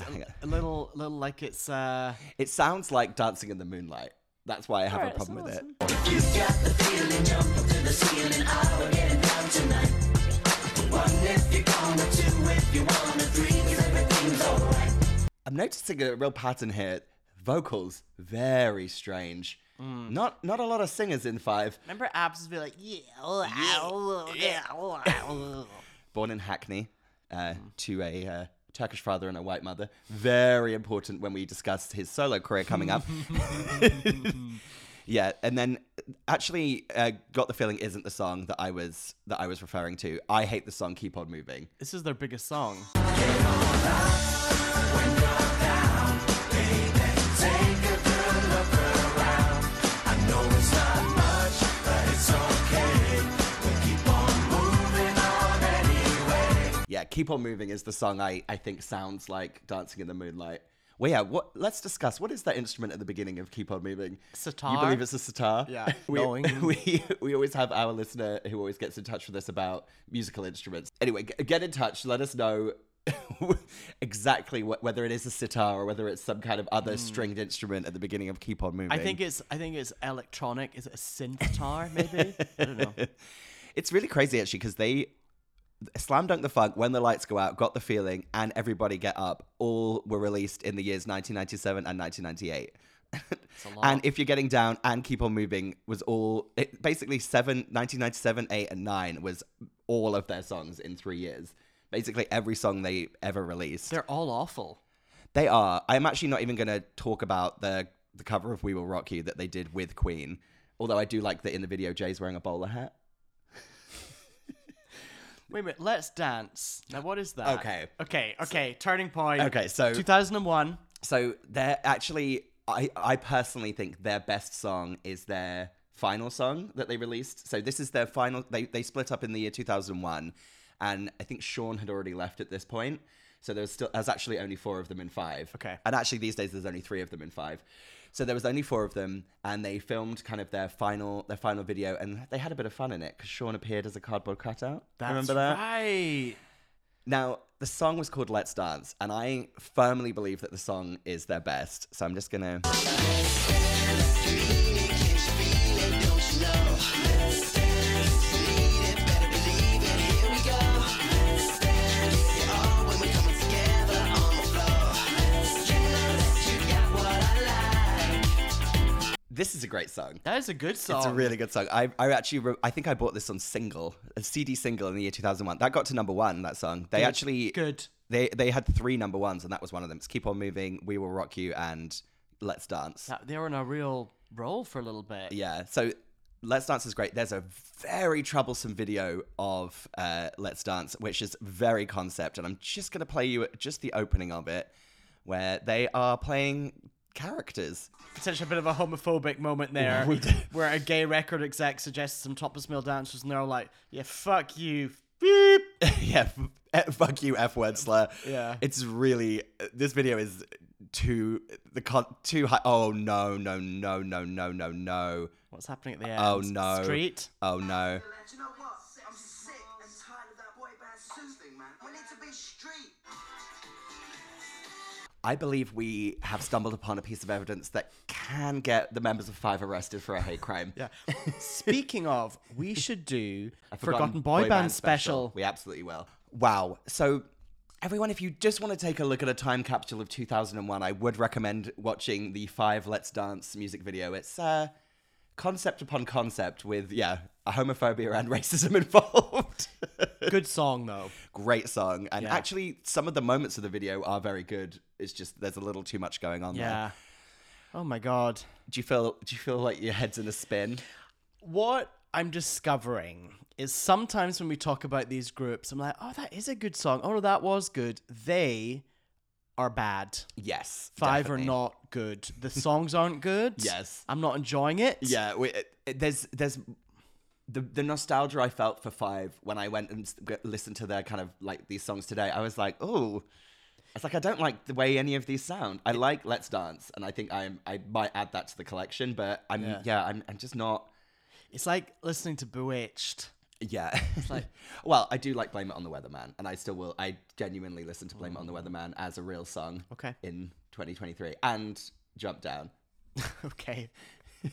Speaker 5: *laughs* hang
Speaker 6: a,
Speaker 5: on.
Speaker 6: a little little like it's uh
Speaker 5: It sounds like dancing in the moonlight. That's why I have a
Speaker 6: Alright,
Speaker 5: problem with
Speaker 6: that's
Speaker 5: it. I'm noticing a real pattern here. Vocals very strange. Not not a lot of singers in five.
Speaker 6: remember abs would be like yeah, oh, ow, yeah, oh,
Speaker 5: *laughs*
Speaker 6: ow."
Speaker 5: born in Hackney uh, to a uh, Turkish father and a white mother. Very important when we discuss his solo career coming up. yeah, and then actually, uh, "Got the Feeling" isn't the song that I was that I was referring to. I hate the song "Keep on Moving."
Speaker 6: This is their biggest song.
Speaker 5: Yeah, "Keep on Moving" is the song I I think sounds like "Dancing in the Moonlight." Well, yeah. What? Let's discuss. What is that instrument at the beginning of "Keep on Moving"? You
Speaker 6: Sitar.
Speaker 5: believe it's a sitar?
Speaker 6: Yeah.
Speaker 5: *laughs* we,
Speaker 6: Knowing.
Speaker 5: we we always have our listener who always gets in touch with us about musical instruments. Anyway, g- get in touch. Let us know *laughs* exactly wh- whether it is a sitar or whether it's some kind of
Speaker 6: Hmm.
Speaker 5: other stringed instrument at the beginning of "Keep on Moving."
Speaker 6: I think it's I think it's electronic. Is it a synth tar maybe? I don't
Speaker 5: *laughs*
Speaker 6: know.
Speaker 5: It's really crazy actually because they slam dunk the funk when the lights go out, got the feeling, and everybody get up. All were released in the years 1997 and 1998. *laughs* And if you're getting down and keep on moving was all it, basically seven 1997, eight, and nine was all of their songs in three years. Basically every song they ever released.
Speaker 6: They're all awful.
Speaker 5: They are. I'm actually not even going to talk about the the cover of "We Will Rock You" that they did with Queen. Although I do like that in the video, Jay's wearing a bowler hat.
Speaker 6: Wait a minute, let's dance. Now what is that?
Speaker 5: Okay.
Speaker 6: Okay, okay, turning point.
Speaker 5: Okay, so-
Speaker 6: 2001.
Speaker 5: So they're actually, I, I personally think their best song is their final song that they released. So this is their final, they, they split up in the year 2001. And I think Sean had already left at this point. So there's still, there's actually only four of them in five.
Speaker 6: Okay.
Speaker 5: And actually these days there's only three of them in five. So there was only four of them, and they filmed kind of their final their final video, and they had a bit of fun in it because Sean appeared as a cardboard cutout.
Speaker 6: That's
Speaker 5: Remember that?
Speaker 6: Right.
Speaker 5: Now the song was called "Let's Dance," and I firmly believe that the song is their best. So I'm just gonna. This is a great song.
Speaker 6: That is a good song.
Speaker 5: It's a really good song. I, I actually, re- I think I bought this on single, a CD single in the year 2001. That got to number one, that song. They actually,
Speaker 6: good.
Speaker 5: They, they had three number ones, and that was one of them. It's Keep On Moving, We Will Rock You, and Let's Dance.
Speaker 6: That- they were on a real roll for a little bit.
Speaker 5: yeah. So Let's Dance is great. There's a very troublesome video of uh, Let's Dance, which is very concept. And I'm just going to play you just the opening of it, where they are playing characters.
Speaker 6: Potentially a bit of a homophobic moment there, *laughs* where a gay record exec suggests some topless male dancers, and they're all like, "Yeah, fuck you." Beep.
Speaker 5: *laughs* yeah, f- eh, fuck you, F word slur.
Speaker 6: Yeah.
Speaker 5: it's really this video is too the con too high. Oh no, no, no, no, no, no, no.
Speaker 6: What's happening at the end?
Speaker 5: Oh no.
Speaker 6: Street.
Speaker 5: Oh no.
Speaker 7: You know what? I'm sick and tired of that boy band Sue thing, man. We need to be street.
Speaker 5: I believe we have stumbled upon a piece of evidence that can get the members of Five arrested for a hate crime.
Speaker 6: *laughs* Yeah. Speaking of, we should *laughs* do
Speaker 5: A
Speaker 6: forgotten, boy, band, special.
Speaker 5: We absolutely will. Wow. So, everyone, if you just want to take a look at a time capsule of 2001, I would recommend watching the Five Let's Dance music video. It's uh, concept upon concept with, yeah, a homophobia and *laughs* racism involved.
Speaker 6: Good song though.
Speaker 5: *laughs* Great song. And
Speaker 6: Yeah.
Speaker 5: actually, some of the moments of the video are very good. It's just there's a little too much going on
Speaker 6: *laughs* Yeah.
Speaker 5: there.
Speaker 6: Oh my god.
Speaker 5: Do you feel do you feel like your head's in a spin?
Speaker 6: What I'm discovering is sometimes when we talk about these groups, I'm like, oh, that is a good song. Oh, no, that was good. They are bad.
Speaker 5: Yes.
Speaker 6: Five
Speaker 5: definitely.
Speaker 6: are not good. The songs aren't good.
Speaker 5: *laughs* Yes.
Speaker 6: I'm not enjoying it.
Speaker 5: Yeah, we, it, it- there's there's the the nostalgia I felt for Five when I went and s- g- listened to their kind of like these songs today. I was like, oh, it's like I don't like the way any of these sound. I like Let's Dance, and I think I'm I might add that to the collection, but I'm yeah, I'm I'm just not.
Speaker 6: It's like listening to Bewitched. *laughs*
Speaker 5: Yeah. *laughs* well, I do like Blame It on the Weatherman, and I still will. I genuinely listen to Blame It on the Weatherman as a real song.
Speaker 6: Okay.
Speaker 5: In 2023, and Jump Down.
Speaker 6: Okay.
Speaker 5: *laughs*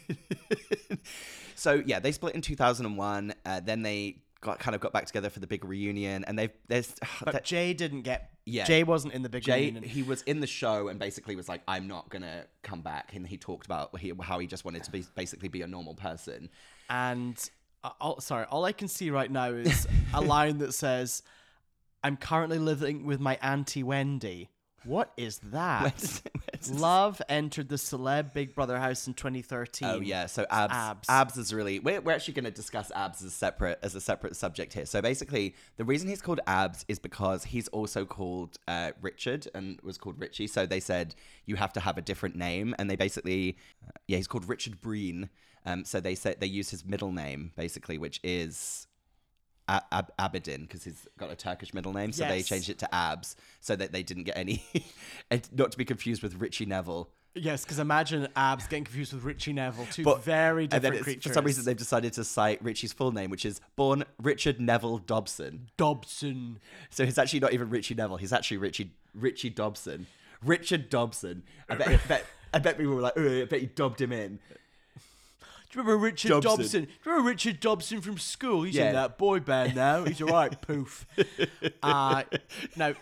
Speaker 5: so yeah, they split in 2001. Uh, then they got kind of got back together for the big reunion, and they've there's *sighs*
Speaker 6: But
Speaker 5: that-
Speaker 6: Jay didn't get.
Speaker 5: Yeah.
Speaker 6: Jay wasn't in the big
Speaker 5: Jay.
Speaker 6: reunion.
Speaker 5: He was in the show and basically was like, "I'm not gonna come back," and he talked about he, how he just wanted to be basically be a normal person.
Speaker 6: and uh, all, sorry, all I can see right now is
Speaker 5: *laughs*
Speaker 6: a line that says, "I'm currently living with my auntie Wendy." What is
Speaker 5: *laughs*
Speaker 6: that? Love entered the celeb Big Brother house in 2013.
Speaker 5: Oh yeah, so abs, abs,
Speaker 6: abs.
Speaker 5: is really. We're, we're actually going to discuss abs as separate as a separate subject here. So basically, the reason he's called abs is because he's also called uh, Richard and was called Richie. So they said you have to have a different name, and they basically, uh, yeah, he's called Richard Breen. Um, so they said they used his middle name basically, which is. A- Ab- Abedin, because he's got a Turkish middle name, so they
Speaker 6: Yes.
Speaker 5: changed it to Abs, so that they didn't get any, *laughs* and not to be confused with Richie Neville,
Speaker 6: Yes, because imagine Abs getting confused with Richie Neville, two very
Speaker 5: and then
Speaker 6: different
Speaker 5: it's-
Speaker 6: creatures.
Speaker 5: For some reason, they've decided to cite Richie's full name, which is born Richard Neville Dobson.
Speaker 6: Dobson.
Speaker 5: So he's actually not even Richie Neville. He's actually Richie Richie Dobson. Richard Dobson. I bet. I bet, I bet people were like, "Ugh, I bet you dobbed him in.
Speaker 6: Do you remember Richard
Speaker 5: Dobson.
Speaker 6: Dobson? Do you remember Richard Dobson from school? He's
Speaker 5: Yeah.
Speaker 6: in that boy band now. He's all right,
Speaker 5: *laughs*
Speaker 6: poof. Uh, now,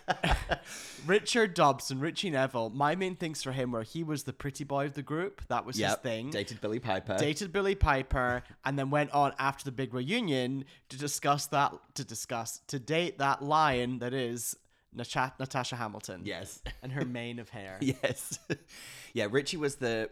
Speaker 6: *laughs* Richard Dobson, Richie Neville, my main things for him were he was the pretty boy of the group. That was his
Speaker 5: Yep,
Speaker 6: thing.
Speaker 5: Dated Billy Piper.
Speaker 6: Dated Billy Piper and then went on after the big reunion to discuss that, to discuss, to date that lion that is Nacha- Natasha Hamilton.
Speaker 5: Yes.
Speaker 6: And her mane of hair.
Speaker 5: *laughs* yes. *laughs* yeah, Richie was the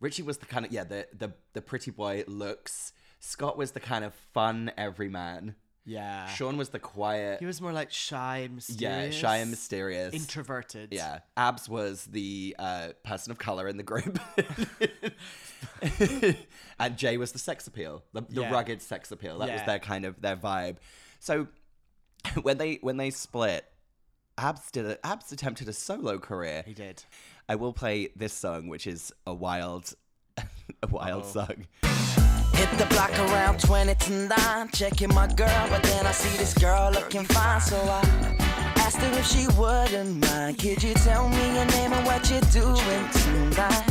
Speaker 5: Richie was the kind of yeah, the the the pretty boy looks. Scott was the kind of fun everyman.
Speaker 6: Yeah.
Speaker 5: Sean was the quiet.
Speaker 6: He was more like shy and
Speaker 5: yeah,
Speaker 6: mysterious.
Speaker 5: shy and mysterious.
Speaker 6: Introverted.
Speaker 5: Yeah, Abs was the uh, person of color in the group, *laughs* and Jay was the sex appeal, the, the
Speaker 6: Yeah.
Speaker 5: rugged sex appeal. That was *laughs*
Speaker 6: Yeah.
Speaker 5: their kind of their vibe. So when they when they split, Abs did. A, Abs attempted a solo career.
Speaker 6: He did.
Speaker 5: I will play this song, which is a wild, *laughs* a wild
Speaker 6: Oh.
Speaker 5: song.
Speaker 8: Hit the block around 20 to 9, checking my girl, but then I see this girl looking fine, so I asked her if she wouldn't mind. Could you tell me your name and what you're doing tonight?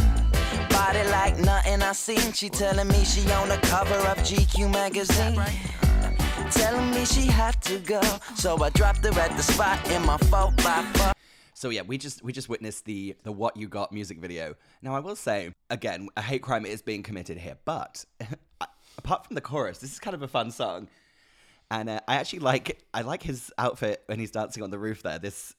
Speaker 8: Body like nothing I seen, she telling me she on the cover of GQ magazine. Telling me she had to go, so I dropped her at the spot in my 4x4.
Speaker 5: So yeah, we just we just witnessed the the What You Got music video. Now I will say again, a hate crime is being committed here, but *laughs* apart from the chorus, this is kind of a fun song, and uh, I actually like I like his outfit when he's dancing on the roof there. This.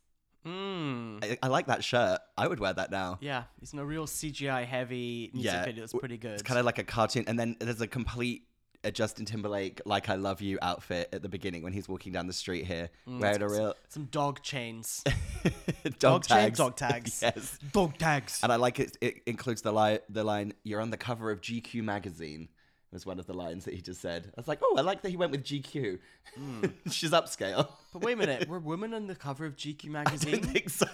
Speaker 5: I, I like that shirt. I would wear that now.
Speaker 6: Hmm. Yeah, it's a real CGI heavy music video. It's pretty good.
Speaker 5: It's kind of like a cartoon, and then there's a complete uh, Justin Timberlake "Like I Love You" outfit at the beginning when he's walking down the street here,
Speaker 6: Mm,
Speaker 5: wearing a real
Speaker 6: some dog chains,
Speaker 5: *laughs* dog,
Speaker 6: dog
Speaker 5: tags. *laughs*
Speaker 6: chains, dog tags,
Speaker 5: yes,
Speaker 6: dog tags.
Speaker 5: and I like it. It includes the line, the line "You're on the cover of GQ magazine." Was one of the lines that he just said. I was like, "Oh, I like that he went with GQ. *laughs* She's upscale."
Speaker 6: Hmm. But wait a minute, were women on the cover of GQ
Speaker 5: *laughs* I don't
Speaker 6: magazine?
Speaker 5: think
Speaker 6: *laughs*
Speaker 5: so.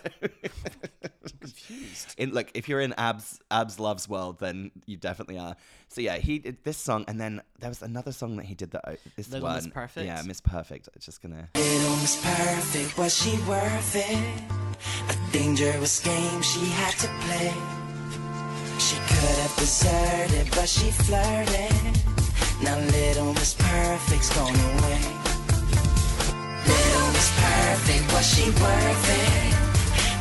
Speaker 5: confused. In, look, if you're in Abs Abs Love's world, then you definitely are. So yeah, he did this song, and then there was another song that he did that. I- This
Speaker 6: Little
Speaker 5: one,
Speaker 6: Miss Perfect?
Speaker 5: Yeah, Miss Perfect. It's just gonna.
Speaker 8: Little Miss Perfect, was she worth it? A dangerous game she had to play. She could have deserted, but she flirted. Now Little Miss Perfect's gone away. Little Miss Perfect, was she worth it?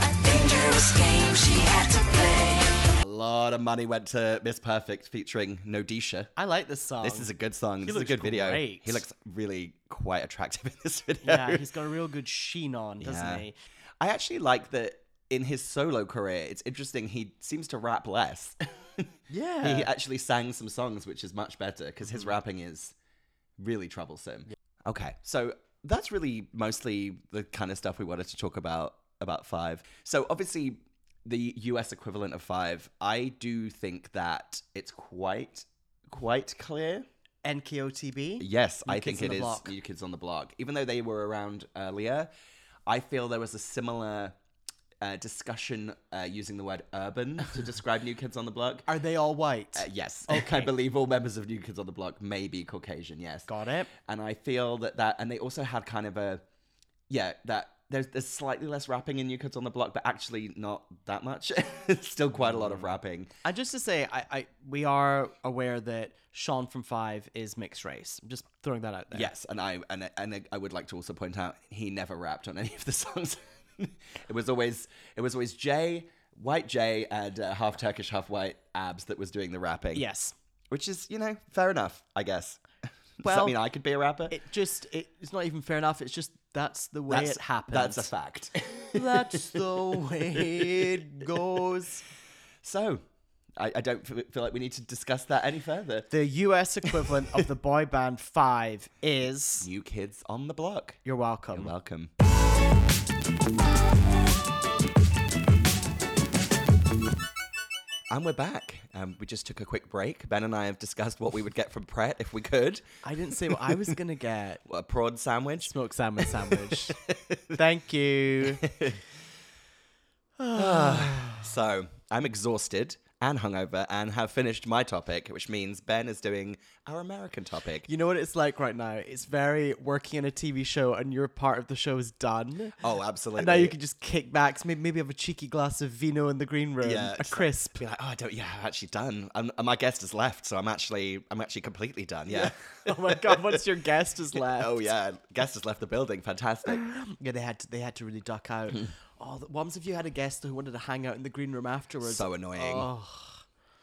Speaker 8: A dangerous game she had to play.
Speaker 5: A lot of money went to Miss Perfect featuring Nodisha.
Speaker 6: I like this song.
Speaker 5: This is a good song. This is a
Speaker 6: looks
Speaker 5: good video.
Speaker 6: great.
Speaker 5: He looks really quite attractive in this video. *laughs*
Speaker 6: yeah. He's got a real good sheen on, doesn't
Speaker 5: Yeah.
Speaker 6: he?
Speaker 5: I actually like that in his solo career, it's interesting. He seems to rap less. *laughs*
Speaker 6: Yeah. Mm-hmm.
Speaker 5: he actually sang some songs, which is much better because his rapping is really troublesome. Okay, so that's really mostly the kind of stuff we wanted to talk about about Five. So obviously, the US equivalent of Five, I do think that it's quite quite clear
Speaker 6: NKOTB.
Speaker 5: Yes,
Speaker 6: New
Speaker 5: I
Speaker 6: Kids
Speaker 5: think
Speaker 6: on
Speaker 5: it
Speaker 6: the
Speaker 5: is
Speaker 6: Block.
Speaker 5: New Kids on the Block. Even though they were around earlier, I feel there was a similar uh, discussion uh, using the word urban
Speaker 6: *laughs*
Speaker 5: to describe New Kids on the Block.
Speaker 6: Are they all white?
Speaker 5: Uh, yes, *laughs* I believe all members of New Kids on the Block may be Caucasian. Yes,
Speaker 6: Got it.
Speaker 5: and I feel that that, and they also had kind of a, yeah, that there's there's slightly less rapping in New Kids on the Block, but actually not that much. *laughs* Still quite a lot
Speaker 6: Hmm.
Speaker 5: of rapping.
Speaker 6: And just to say, I, I we are aware that Sean from Five is mixed race. I'm just throwing that out there.
Speaker 5: Yes, and I and and I would like to also point out he never rapped on any of the songs. *laughs* it was always it was always Jay, white Jay, and uh, half Turkish, half white abs that was doing the rapping.
Speaker 6: Yes.
Speaker 5: which is you know fair enough, I guess. *laughs* Does that
Speaker 6: Well,
Speaker 5: mean I could be a rapper?
Speaker 6: It just it, it's not even fair enough. It's just that's the way it happens.
Speaker 5: That's a fact. *laughs*
Speaker 6: That's the way it goes.
Speaker 5: so. I, I don't f- feel like we need to discuss that any further.
Speaker 6: The US equivalent of the boy band Five is.
Speaker 5: New kids on the block.
Speaker 6: You're welcome.
Speaker 5: You're welcome. And we're back. Um, we just took a quick break. Ben and I have discussed what we would get from Pret if we could.
Speaker 6: I didn't say what I was
Speaker 5: *laughs*
Speaker 6: gonna get.
Speaker 5: A prawn sandwich.
Speaker 6: Smoked salmon sandwich. *laughs* Thank you.
Speaker 5: So I'm exhausted and hungover and have finished my topic, which means Ben is doing our American topic.
Speaker 6: You know what it's like right now? It's very working in a TV show and your part of the show is done.
Speaker 5: oh, absolutely.
Speaker 6: And now you can just kick back, maybe, maybe have a cheeky glass of vino in the green room,
Speaker 5: Yeah,
Speaker 6: a
Speaker 5: it's like-
Speaker 6: crisp.
Speaker 5: be like, oh, I don't. Yeah, I'm actually done. I'm, uh, my guest has left, so I'm actually, I'm actually completely done. Yeah.
Speaker 6: *laughs* oh my god, once your guest is
Speaker 5: *laughs*
Speaker 6: left.
Speaker 5: oh yeah, guest has left the building. Fantastic.
Speaker 6: Yeah, they had to, they had to really duck out.
Speaker 5: Hmm.
Speaker 6: oh, the once if you had a guest who wanted to hang out in the green room afterwards.
Speaker 5: So annoying.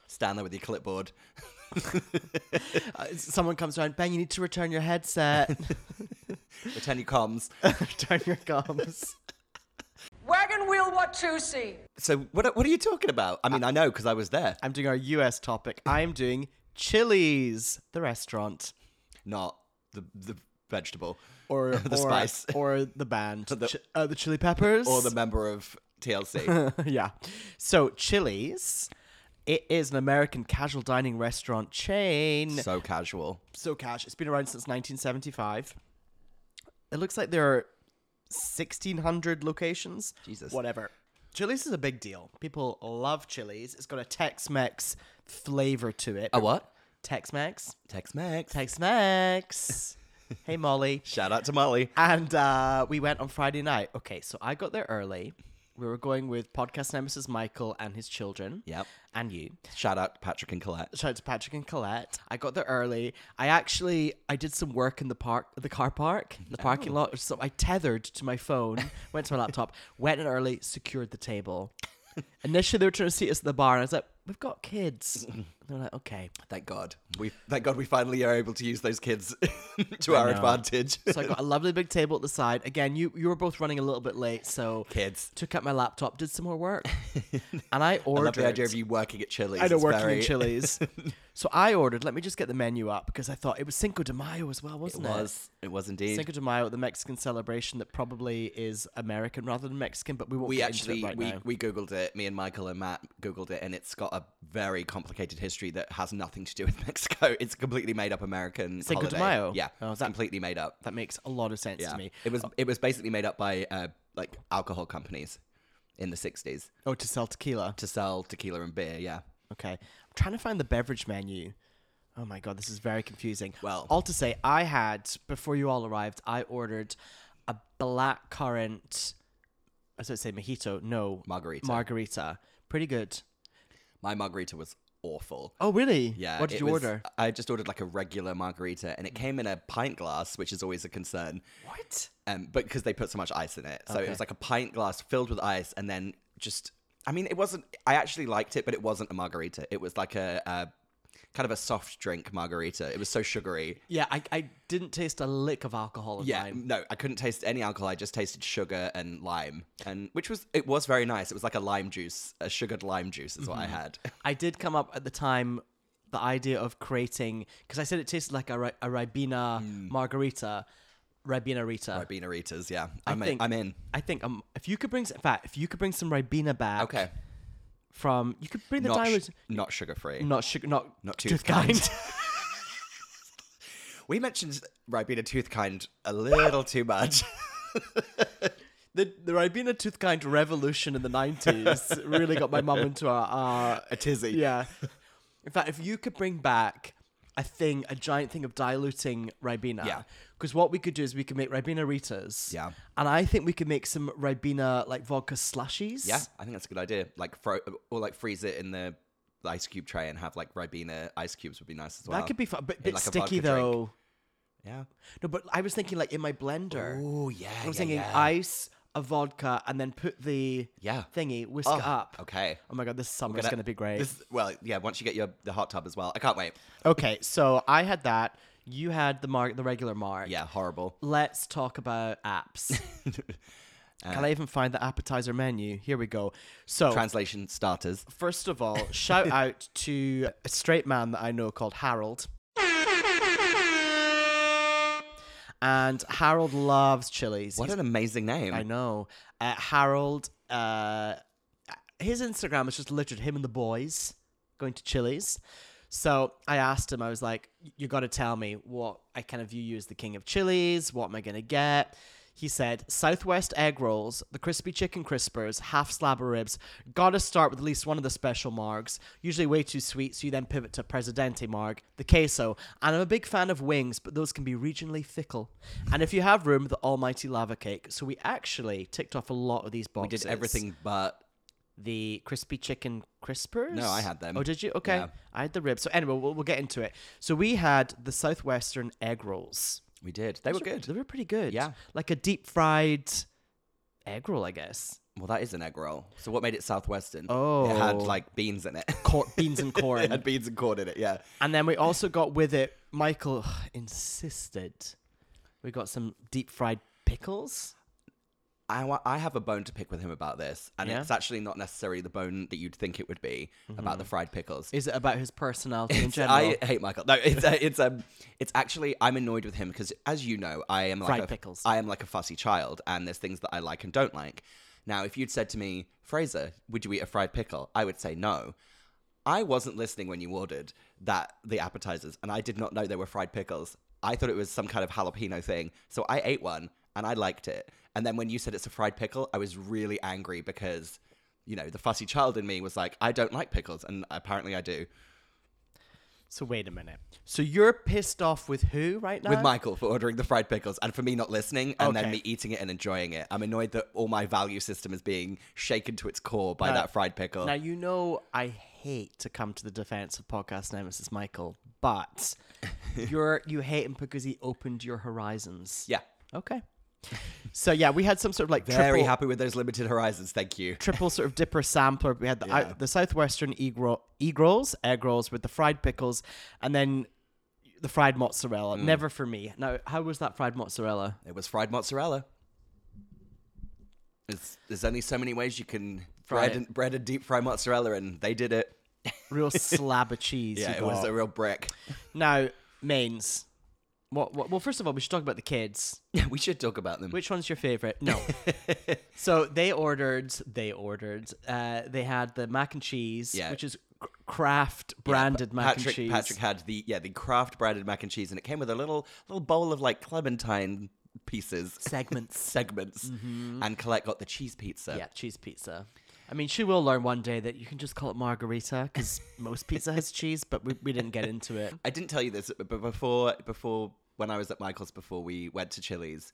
Speaker 5: Stand there with your clipboard.
Speaker 6: uh, someone comes around, Ben, you need to return
Speaker 5: *laughs*
Speaker 6: your headset, *laughs*
Speaker 5: Return your comms.
Speaker 6: return your gums.
Speaker 1: Wagon wheel what you see.
Speaker 5: So what? are- What are you talking about? I mean, I know because I was there.
Speaker 6: I'm doing our US topic. I'm doing Chili's, the restaurant,
Speaker 5: Not the the vegetable
Speaker 6: or
Speaker 5: *laughs* the
Speaker 6: or-
Speaker 5: spice
Speaker 6: *laughs* or the band,
Speaker 5: the-
Speaker 6: Ch- uh, the Chili Peppers,
Speaker 5: or the member of
Speaker 6: *laughs*
Speaker 5: TLC.
Speaker 6: yeah. So Chili's, it is an American casual dining restaurant chain.
Speaker 5: so casual.
Speaker 6: so cash. It's been around since 1975. It looks like there are 1600 locations.
Speaker 5: Jesus.
Speaker 6: Whatever. Chili's is a big deal. People love Chili's. It's got a Tex Mex flavor to it.
Speaker 5: A what?
Speaker 6: Tex Mex.
Speaker 5: Tex Mex. *laughs*
Speaker 6: Tex Mex. hey, Molly.
Speaker 5: Shout out to Molly.
Speaker 6: And uh, we went on Friday night. Okay, so I got there early. We were going with podcast nemesis Michael and his children.
Speaker 5: Yep.
Speaker 6: And you.
Speaker 5: Shout out to Patrick and Colette.
Speaker 6: Shout out to Patrick and Colette. I got there early. I actually I did some work in the park, the car park, the parking lot. So I tethered to my phone, went to my laptop, *laughs* went in early, secured the table. Initially, they were trying to seat us at the bar, and I was like, "We've
Speaker 5: *laughs*
Speaker 6: got kids." They're like, "Okay."
Speaker 5: Thank God. We thank God we finally are able to use those kids *laughs* to our advantage.
Speaker 6: So I got a lovely big table at the side. Again, you you were both running a little bit late, so
Speaker 5: Kids.
Speaker 6: took out my laptop, did some
Speaker 5: *laughs*
Speaker 6: more work, and
Speaker 5: *laughs*
Speaker 6: I
Speaker 5: I
Speaker 6: ordered.
Speaker 5: love the idea of you working at Chili's.
Speaker 6: I know
Speaker 5: It's
Speaker 6: working
Speaker 5: very-
Speaker 6: in
Speaker 5: *laughs*
Speaker 6: Chili's. so I ordered. Let me just get the menu up because I thought it was Cinco de Mayo as well,
Speaker 5: It
Speaker 6: wasn't it?
Speaker 5: was. It was indeed.
Speaker 6: Cinco de Mayo, the Mexican celebration that probably is American rather than Mexican, but we won't
Speaker 5: we
Speaker 6: get
Speaker 5: actually
Speaker 6: into it right
Speaker 5: we,
Speaker 6: now.
Speaker 5: we googled it me and michael and matt googled it and it's got a very complicated history that has nothing to do with *laughs* mexico it's a completely made up american
Speaker 6: Cinco de
Speaker 5: holiday.
Speaker 6: Mayo?
Speaker 5: yeah
Speaker 6: Oh,
Speaker 5: it's
Speaker 6: that-
Speaker 5: completely made up
Speaker 6: that makes a lot of sense
Speaker 5: yeah
Speaker 6: to me.
Speaker 5: it was it was basically made up by uh, like alcohol companies in the 60s
Speaker 6: Oh, to sell tequila.
Speaker 5: to sell tequila and beer yeah
Speaker 6: Okay. I'm trying to find the beverage menu. Oh my god, this is very confusing.
Speaker 5: Well-
Speaker 6: all to say, I had before you all arrived, I ordered a black currant. I was going to say mojito. No,
Speaker 5: Margarita.
Speaker 6: Margarita, pretty good.
Speaker 5: my margarita was awful
Speaker 6: Oh really?
Speaker 5: yeah
Speaker 6: What did
Speaker 5: it
Speaker 6: you
Speaker 5: was- Uh,
Speaker 6: order? Mm.
Speaker 5: i just ordered like a regular margarita and it came in a pint glass which is always a concern
Speaker 6: What?
Speaker 5: um, but because they put so much ice in it, so it
Speaker 6: Okay.
Speaker 5: was like a pint glass filled with ice, and then just. I mean, it wasn't. I actually liked it, but it wasn't a margarita. It was like a, a kind of a soft drink margarita. It was so sugary.
Speaker 6: Yeah, I, I didn't taste a lick of alcohol in
Speaker 5: Yeah,
Speaker 6: mine.
Speaker 5: no, I couldn't taste any alcohol. I just tasted sugar and lime, and which was it was very nice. It was like a lime juice, a sugared lime juice is what
Speaker 6: Mm-hmm.
Speaker 5: I had. *laughs*
Speaker 6: I did come up at the time the idea of creating because I said it tasted like a, ri- a Ribena
Speaker 5: Mm.
Speaker 6: margarita, Ribena Rita.
Speaker 5: Ribena Ritas, yeah,
Speaker 6: I
Speaker 5: I'm, in-
Speaker 6: think-
Speaker 5: I'm in.
Speaker 6: I think um, if you could bring, s- in fact, if you could bring some Ribena back,
Speaker 5: Okay,
Speaker 6: from you could bring the
Speaker 5: not,
Speaker 6: diamonds,
Speaker 5: sh- not sugar free.
Speaker 6: not sugar, not
Speaker 5: Not tooth
Speaker 6: tooth
Speaker 5: kind.
Speaker 6: kind. *laughs*
Speaker 5: we mentioned Ribena Tooth Kind a little too
Speaker 6: *laughs*
Speaker 5: much.
Speaker 6: the the Ribena tooth kind revolution in
Speaker 5: *laughs*
Speaker 6: the nineties really got my mum into a, a
Speaker 5: a tizzy.
Speaker 6: Uh, yeah. In fact, if you could bring back a thing, a giant thing of diluting Ribena,
Speaker 5: Yeah.
Speaker 6: Because what we could do is we could make Ribena Ritas,
Speaker 5: Yeah.
Speaker 6: and I think we could make some Ribena like vodka slushies,
Speaker 5: Yeah, I think that's a good idea. Like fro or like freeze it in the ice cube tray and have like Ribena ice cubes would be nice as well.
Speaker 6: That could be fun, but
Speaker 5: In,
Speaker 6: bit
Speaker 5: like, a vodka
Speaker 6: sticky
Speaker 5: drink.
Speaker 6: though.
Speaker 5: Yeah.
Speaker 6: No, but I was thinking like in my blender.
Speaker 5: Oh yeah.
Speaker 6: I was thinking ice, a vodka, and then put the
Speaker 5: Yeah.
Speaker 6: thingy, whisk it up.
Speaker 5: Okay.
Speaker 6: Oh my god, this summer's gonna, be great.
Speaker 5: This, well, yeah. Once you get your the hot tub as well, I can't wait.
Speaker 6: Okay, so I had that. You had the mark, the regular mark.
Speaker 5: Yeah, horrible.
Speaker 6: Let's talk about apps. Can I even find the appetizer menu? Here we go. So
Speaker 5: Translation starters.
Speaker 6: first of all, shout out to a straight man that I know called Harold. And Harold loves chilies.
Speaker 5: What
Speaker 6: He's
Speaker 5: an amazing name.
Speaker 6: I know. Uh, Harold, uh, his Instagram is just littered him and the boys going to Chili's. So I asked him, I was like, you got to tell me what I kind of view you as the king of Chili's. What am I going to get? He said, Southwest egg rolls, the crispy chicken crispers, half slab of ribs. Got to start with at least one of the special margs, usually way too sweet, so you then pivot to Presidente marg, the queso. And I'm a big fan of wings, but those can be regionally fickle. And if you have room, the almighty lava cake. So we actually ticked off a lot of these
Speaker 5: We
Speaker 6: boxes
Speaker 5: did everything but
Speaker 6: the crispy chicken crispers.
Speaker 5: No, I had them.
Speaker 6: Oh, did you? Okay,
Speaker 5: Yeah.
Speaker 6: I had the ribs. So anyway, we'll, we'll get into it. So we had the southwestern egg rolls.
Speaker 5: we did. They were
Speaker 6: Those
Speaker 5: good.
Speaker 6: They were pretty good.
Speaker 5: Yeah.
Speaker 6: like a deep fried egg roll, I guess.
Speaker 5: Well, that is an egg roll. So what made it southwestern? Oh, it had
Speaker 6: Oh.
Speaker 5: like beans in it.
Speaker 6: Cor- beans and
Speaker 5: *laughs* it
Speaker 6: *laughs*
Speaker 5: had
Speaker 6: corn.
Speaker 5: beans and corn in it. Yeah.
Speaker 6: and then we also got with it. Michael insisted we got some deep fried pickles.
Speaker 5: I, wa- I have a bone to pick with him about this, and
Speaker 6: Yeah? Mm-hmm.
Speaker 5: it's actually not necessarily the bone that you'd think it would be about the fried pickles.
Speaker 6: Is it about his personality in general?
Speaker 5: I hate Michael. No, it's uh, it's um, it's actually I'm annoyed with him because, as you know, I am like
Speaker 6: Fried
Speaker 5: a,
Speaker 6: pickles.
Speaker 5: I am like a fussy child, and there's things that I like and don't like. Now, if you'd said to me, Fraser, would you eat a fried pickle? I would say no. I wasn't listening when you ordered that the appetizers, and I did not know they were fried pickles. I thought it was some kind of jalapeno thing, so I ate one and I liked it. And then when you said it's a fried pickle, I was really angry because, you know, the fussy child in me was like, I don't like pickles, and apparently I do.
Speaker 6: So wait a minute. So you're pissed off with who right now?
Speaker 5: With Michael for ordering the fried pickles and for me not listening and then
Speaker 6: Uh-huh. Okay.
Speaker 5: me eating it and enjoying it. I'm annoyed that all my value system is being shaken to its core by
Speaker 6: Now-
Speaker 5: that fried pickle.
Speaker 6: Now you know I hate to come to the defense of podcast nemesis Michael,
Speaker 5: *laughs*
Speaker 6: but you're you hate him because he opened your horizons.
Speaker 5: yeah.
Speaker 6: Okay. So yeah, we had some sort of like
Speaker 5: Very
Speaker 6: triple,
Speaker 5: happy with those limited horizons. Thank you.
Speaker 6: triple sort of dipper sampler. We had the,
Speaker 5: Yeah.
Speaker 6: the southwestern egg, roll, egg rolls, egg rolls with the fried pickles, and then the fried mozzarella.
Speaker 5: Mm.
Speaker 6: Never for me. Now, how was that fried mozzarella?
Speaker 5: It was fried mozzarella. It's, there's only so many ways you can
Speaker 6: Fry
Speaker 5: bread
Speaker 6: it.
Speaker 5: and, bread and deep fry mozzarella, and they did it. *laughs*
Speaker 6: Real slab of cheese.
Speaker 5: Yeah,
Speaker 6: you
Speaker 5: it was
Speaker 6: got.
Speaker 5: a real
Speaker 6: *laughs*
Speaker 5: brick.
Speaker 6: now mains. What, what? Well, first of all, we should talk about the kids.
Speaker 5: we should talk about them.
Speaker 6: Which one's your favorite?
Speaker 5: *laughs*
Speaker 6: No. so they ordered. They ordered. Uh, they had the mac and cheese,
Speaker 5: Yeah.
Speaker 6: which is craft
Speaker 5: Yeah, Pa-
Speaker 6: branded mac
Speaker 5: Patrick,
Speaker 6: and cheese.
Speaker 5: Patrick had the yeah the craft branded mac and cheese, and it came with a little little bowl of like clementine pieces
Speaker 6: segments.
Speaker 5: *laughs*
Speaker 6: Mm-hmm.
Speaker 5: segments. And Colette got the cheese pizza.
Speaker 6: yeah, cheese pizza. I mean, she will learn one day that you can just call it margarita
Speaker 5: *laughs*
Speaker 6: because most pizza has cheese, but we, we didn't get into it.
Speaker 5: I didn't tell you this, but before before when I was at Michael's before we went to Chili's,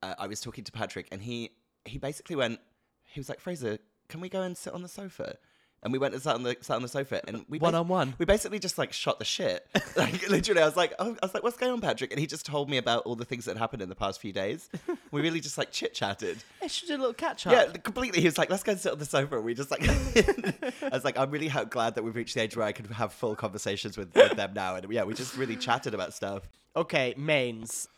Speaker 5: uh, I was talking to Patrick, and he he basically went. He was like, Fraser, can we go and sit on the sofa? And we went and sat on the sat on the sofa, and we
Speaker 6: One on one.
Speaker 5: We basically just like shot the shit. *laughs* like literally, I was like, oh, I was like, what's going on, Patrick? And he just told me about all the things that had happened in the past few days. we really just like chit chatted.
Speaker 6: I should do a little catch up.
Speaker 5: Yeah, completely. He was like, let's go and sit on the sofa. And we just like, *laughs* I was like, I'm really ha- glad that we've reached the age where I can have full conversations with, with them now. And yeah, we just really chatted about stuff.
Speaker 6: Okay, mains,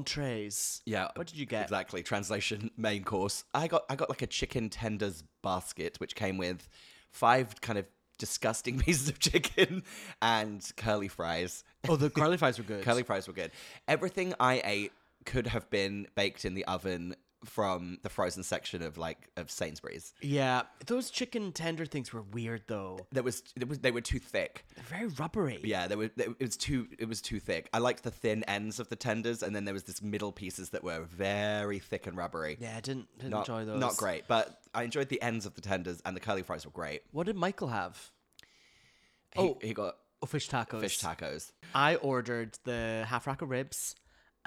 Speaker 6: entrees.
Speaker 5: Yeah.
Speaker 6: What did you get?
Speaker 5: Exactly. Translation, main course. I got, I got like a chicken tenders basket, which came with five kind of disgusting *laughs* pieces of chicken and curly fries.
Speaker 6: Oh, the curly fries were
Speaker 5: *laughs*
Speaker 6: good.
Speaker 5: Curly fries were good. Everything I ate could have been baked in the oven from the frozen section of like of Sainsbury's.
Speaker 6: Yeah, those chicken tender things were weird though.
Speaker 5: There was, there was they were too thick.
Speaker 6: They're very rubbery.
Speaker 5: Yeah, there were there, it was too it was too thick. I liked the thin ends of the tenders, and then there was this middle pieces that were very thick and rubbery.
Speaker 6: Yeah, I didn't, didn't
Speaker 5: not,
Speaker 6: enjoy those.
Speaker 5: Not great, but I enjoyed the ends of the tenders, and the curly fries were great.
Speaker 6: What did Michael have?
Speaker 5: He,
Speaker 6: Oh.
Speaker 5: he got
Speaker 6: Oh, fish tacos.
Speaker 5: fish tacos.
Speaker 6: I ordered the half rack of ribs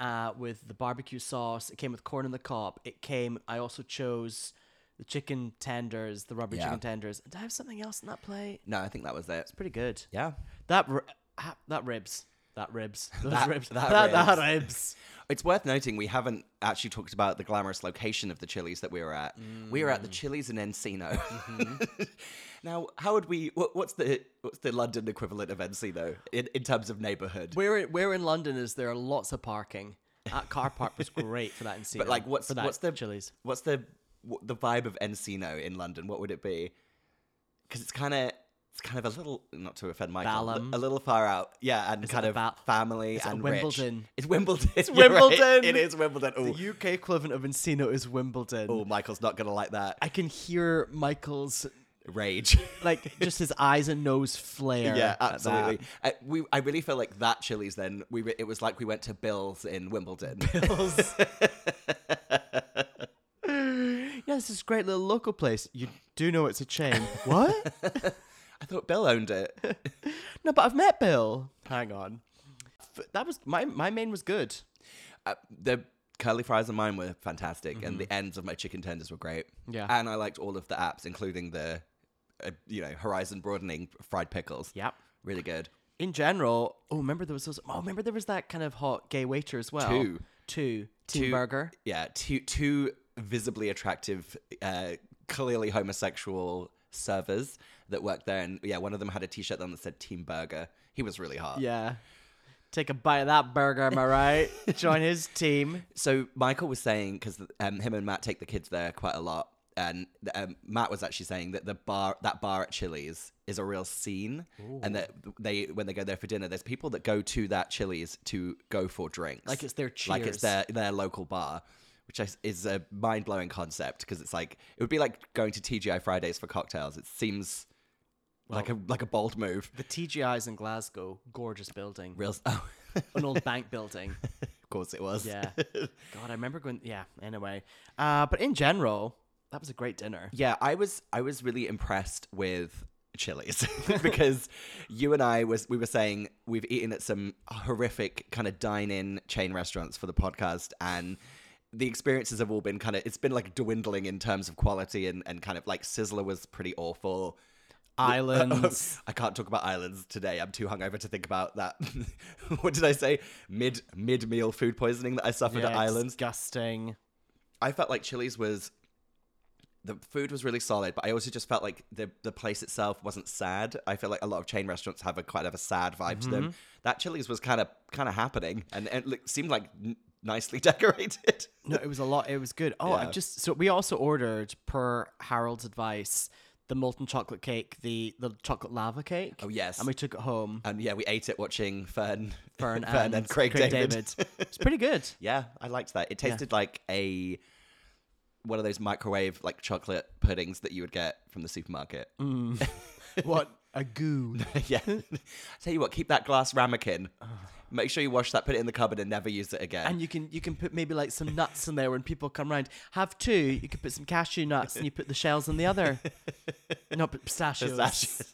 Speaker 6: uh, with the barbecue sauce. It came with corn on the cob. It came. I also chose the chicken tenders, the rubbery
Speaker 5: Yeah.
Speaker 6: chicken tenders. Did I have something else in that plate?
Speaker 5: No, I think that was it.
Speaker 6: Pretty good.
Speaker 5: Yeah,
Speaker 6: That ri- ha- that ribs. That ribs. *laughs* Those
Speaker 5: That-
Speaker 6: ribs.
Speaker 5: that
Speaker 6: that
Speaker 5: ribs.
Speaker 6: ribs.
Speaker 5: it's worth noting we haven't actually talked about the glamorous location of the Chili's that we were at. We were at the
Speaker 6: Mm.
Speaker 5: Chili's in Encino.
Speaker 6: Mm-hmm.
Speaker 5: *laughs* now, how would we? What, what's the what's the London equivalent of Encino in, in terms of neighborhood?
Speaker 6: Where in- where in London is there lots of parking? That car park was great for that in
Speaker 5: *laughs* But like, what's
Speaker 6: for that
Speaker 5: what's the
Speaker 6: Chili's?
Speaker 5: What's the what, the vibe of Encino in London? What would it be? Because it's kind of it's kind of a little not to offend Michael, li-
Speaker 6: Balham?
Speaker 5: a little far out, yeah, and
Speaker 6: Is it
Speaker 5: kind
Speaker 6: the
Speaker 5: of
Speaker 6: Ba-
Speaker 5: family
Speaker 6: Is it
Speaker 5: and Rich.
Speaker 6: Wimbledon?
Speaker 5: It's Wimbledon. *laughs* It's Wimbledon.
Speaker 6: Wimbledon!
Speaker 5: It is Wimbledon. Oh,
Speaker 6: The UK equivalent of Encino is Wimbledon.
Speaker 5: Michael's not gonna like that
Speaker 6: I can hear Michael's
Speaker 5: rage.
Speaker 6: *laughs*
Speaker 5: *laughs*
Speaker 6: like just his eyes and nose flare.
Speaker 5: yeah,
Speaker 6: at that.
Speaker 5: absolutely. I, we I really feel like that Chili's. Then we were- it was like we went to Bill's in Wimbledon.
Speaker 6: Yeah, this is a great little local place. You do know it's a
Speaker 5: *laughs*
Speaker 6: chain. what?
Speaker 5: *laughs* I thought Bill owned it.
Speaker 6: *laughs* No, but I've met Bill. Hang on. F- That was my my main was good.
Speaker 5: uh, the curly fries of mine were fantastic, and the ends of my chicken tenders were great.
Speaker 6: Mm-hmm. Yeah.
Speaker 5: and I liked all of the apps, including the, uh, you know, horizon broadening fried pickles.
Speaker 6: Yep.
Speaker 5: really good.
Speaker 6: In general, oh remember there was those, oh remember there was that kind of hot gay waiter as well.
Speaker 5: Two.
Speaker 6: two, Team Burger.
Speaker 5: Yeah, two two visibly attractive, uh, clearly homosexual servers that worked there, and yeah, one of them had a T-shirt on that said Team Burger. He was really hot.
Speaker 6: Yeah. Take a bite of that burger, am I
Speaker 5: *laughs*
Speaker 6: right? Join his team.
Speaker 5: So Michael was saying because um, him and Matt take the kids there quite a lot, and um, Matt was actually saying that the bar that bar at Chili's is a real scene, and that they when they go there for dinner, there's people that go to that Chili's to go for drinks,
Speaker 6: Like it's their
Speaker 5: like it's
Speaker 6: Cheers.
Speaker 5: their their local bar. Which is- is a mind blowing concept because it's like it would be like going to TGI Fridays for cocktails. It seems like a like a bold move. *laughs*
Speaker 6: The TGI's in Glasgow, gorgeous building.
Speaker 5: Real, oh, *laughs*
Speaker 6: An old bank building.
Speaker 5: course it was. *laughs*
Speaker 6: Yeah. God, I remember going. Yeah. Anyway, uh, but in general, that was a great dinner.
Speaker 5: Yeah, I was I was really impressed with Chili's *laughs* because you and I was we were saying we've eaten at some horrific kind of dine-in chain restaurants for the podcast and the experiences have all been kind of it's been like dwindling in terms of quality and, and kind of like Sizzler was pretty awful.
Speaker 6: *laughs* Islands.
Speaker 5: *laughs* I can't talk about islands today. I'm too hungover to think about that. *laughs* what did I say? Mid mid meal food poisoning that I suffered at
Speaker 6: Yeah,
Speaker 5: islands.
Speaker 6: Disgusting.
Speaker 5: I felt like Chili's was the food was really solid, but I also just felt like the the place itself wasn't sad. I feel like a lot of chain restaurants have a quite of a sad vibe to them. That Chili's was kind of kind of happening, and, and it looked- seemed like n- nicely *laughs* decorated.
Speaker 6: No, it was a lot. It was good. Oh, I
Speaker 5: Yeah.
Speaker 6: just so we also ordered per Harold's advice the molten chocolate cake, the the chocolate lava cake.
Speaker 5: Oh, yes.
Speaker 6: and we took
Speaker 5: *laughs*
Speaker 6: it home.
Speaker 5: and yeah, we ate it watching *laughs* Fern,
Speaker 6: Fern,
Speaker 5: and, Craig, David.
Speaker 6: it's pretty good.
Speaker 5: *laughs* yeah, I liked that. It tasted like a one of those microwave like chocolate puddings that you would get from the supermarket.
Speaker 6: What *laughs* a goo.
Speaker 5: *laughs* yeah. Tell you what, keep that glass ramekin. Make sure you wash that, put it in the cupboard, and never use it again.
Speaker 6: And you can you can put maybe like some nuts in there when people come round. Have two. You could put some cashew nuts and you put the shells in
Speaker 5: *laughs*
Speaker 6: the other. No, but pistachios.
Speaker 5: Pistachios.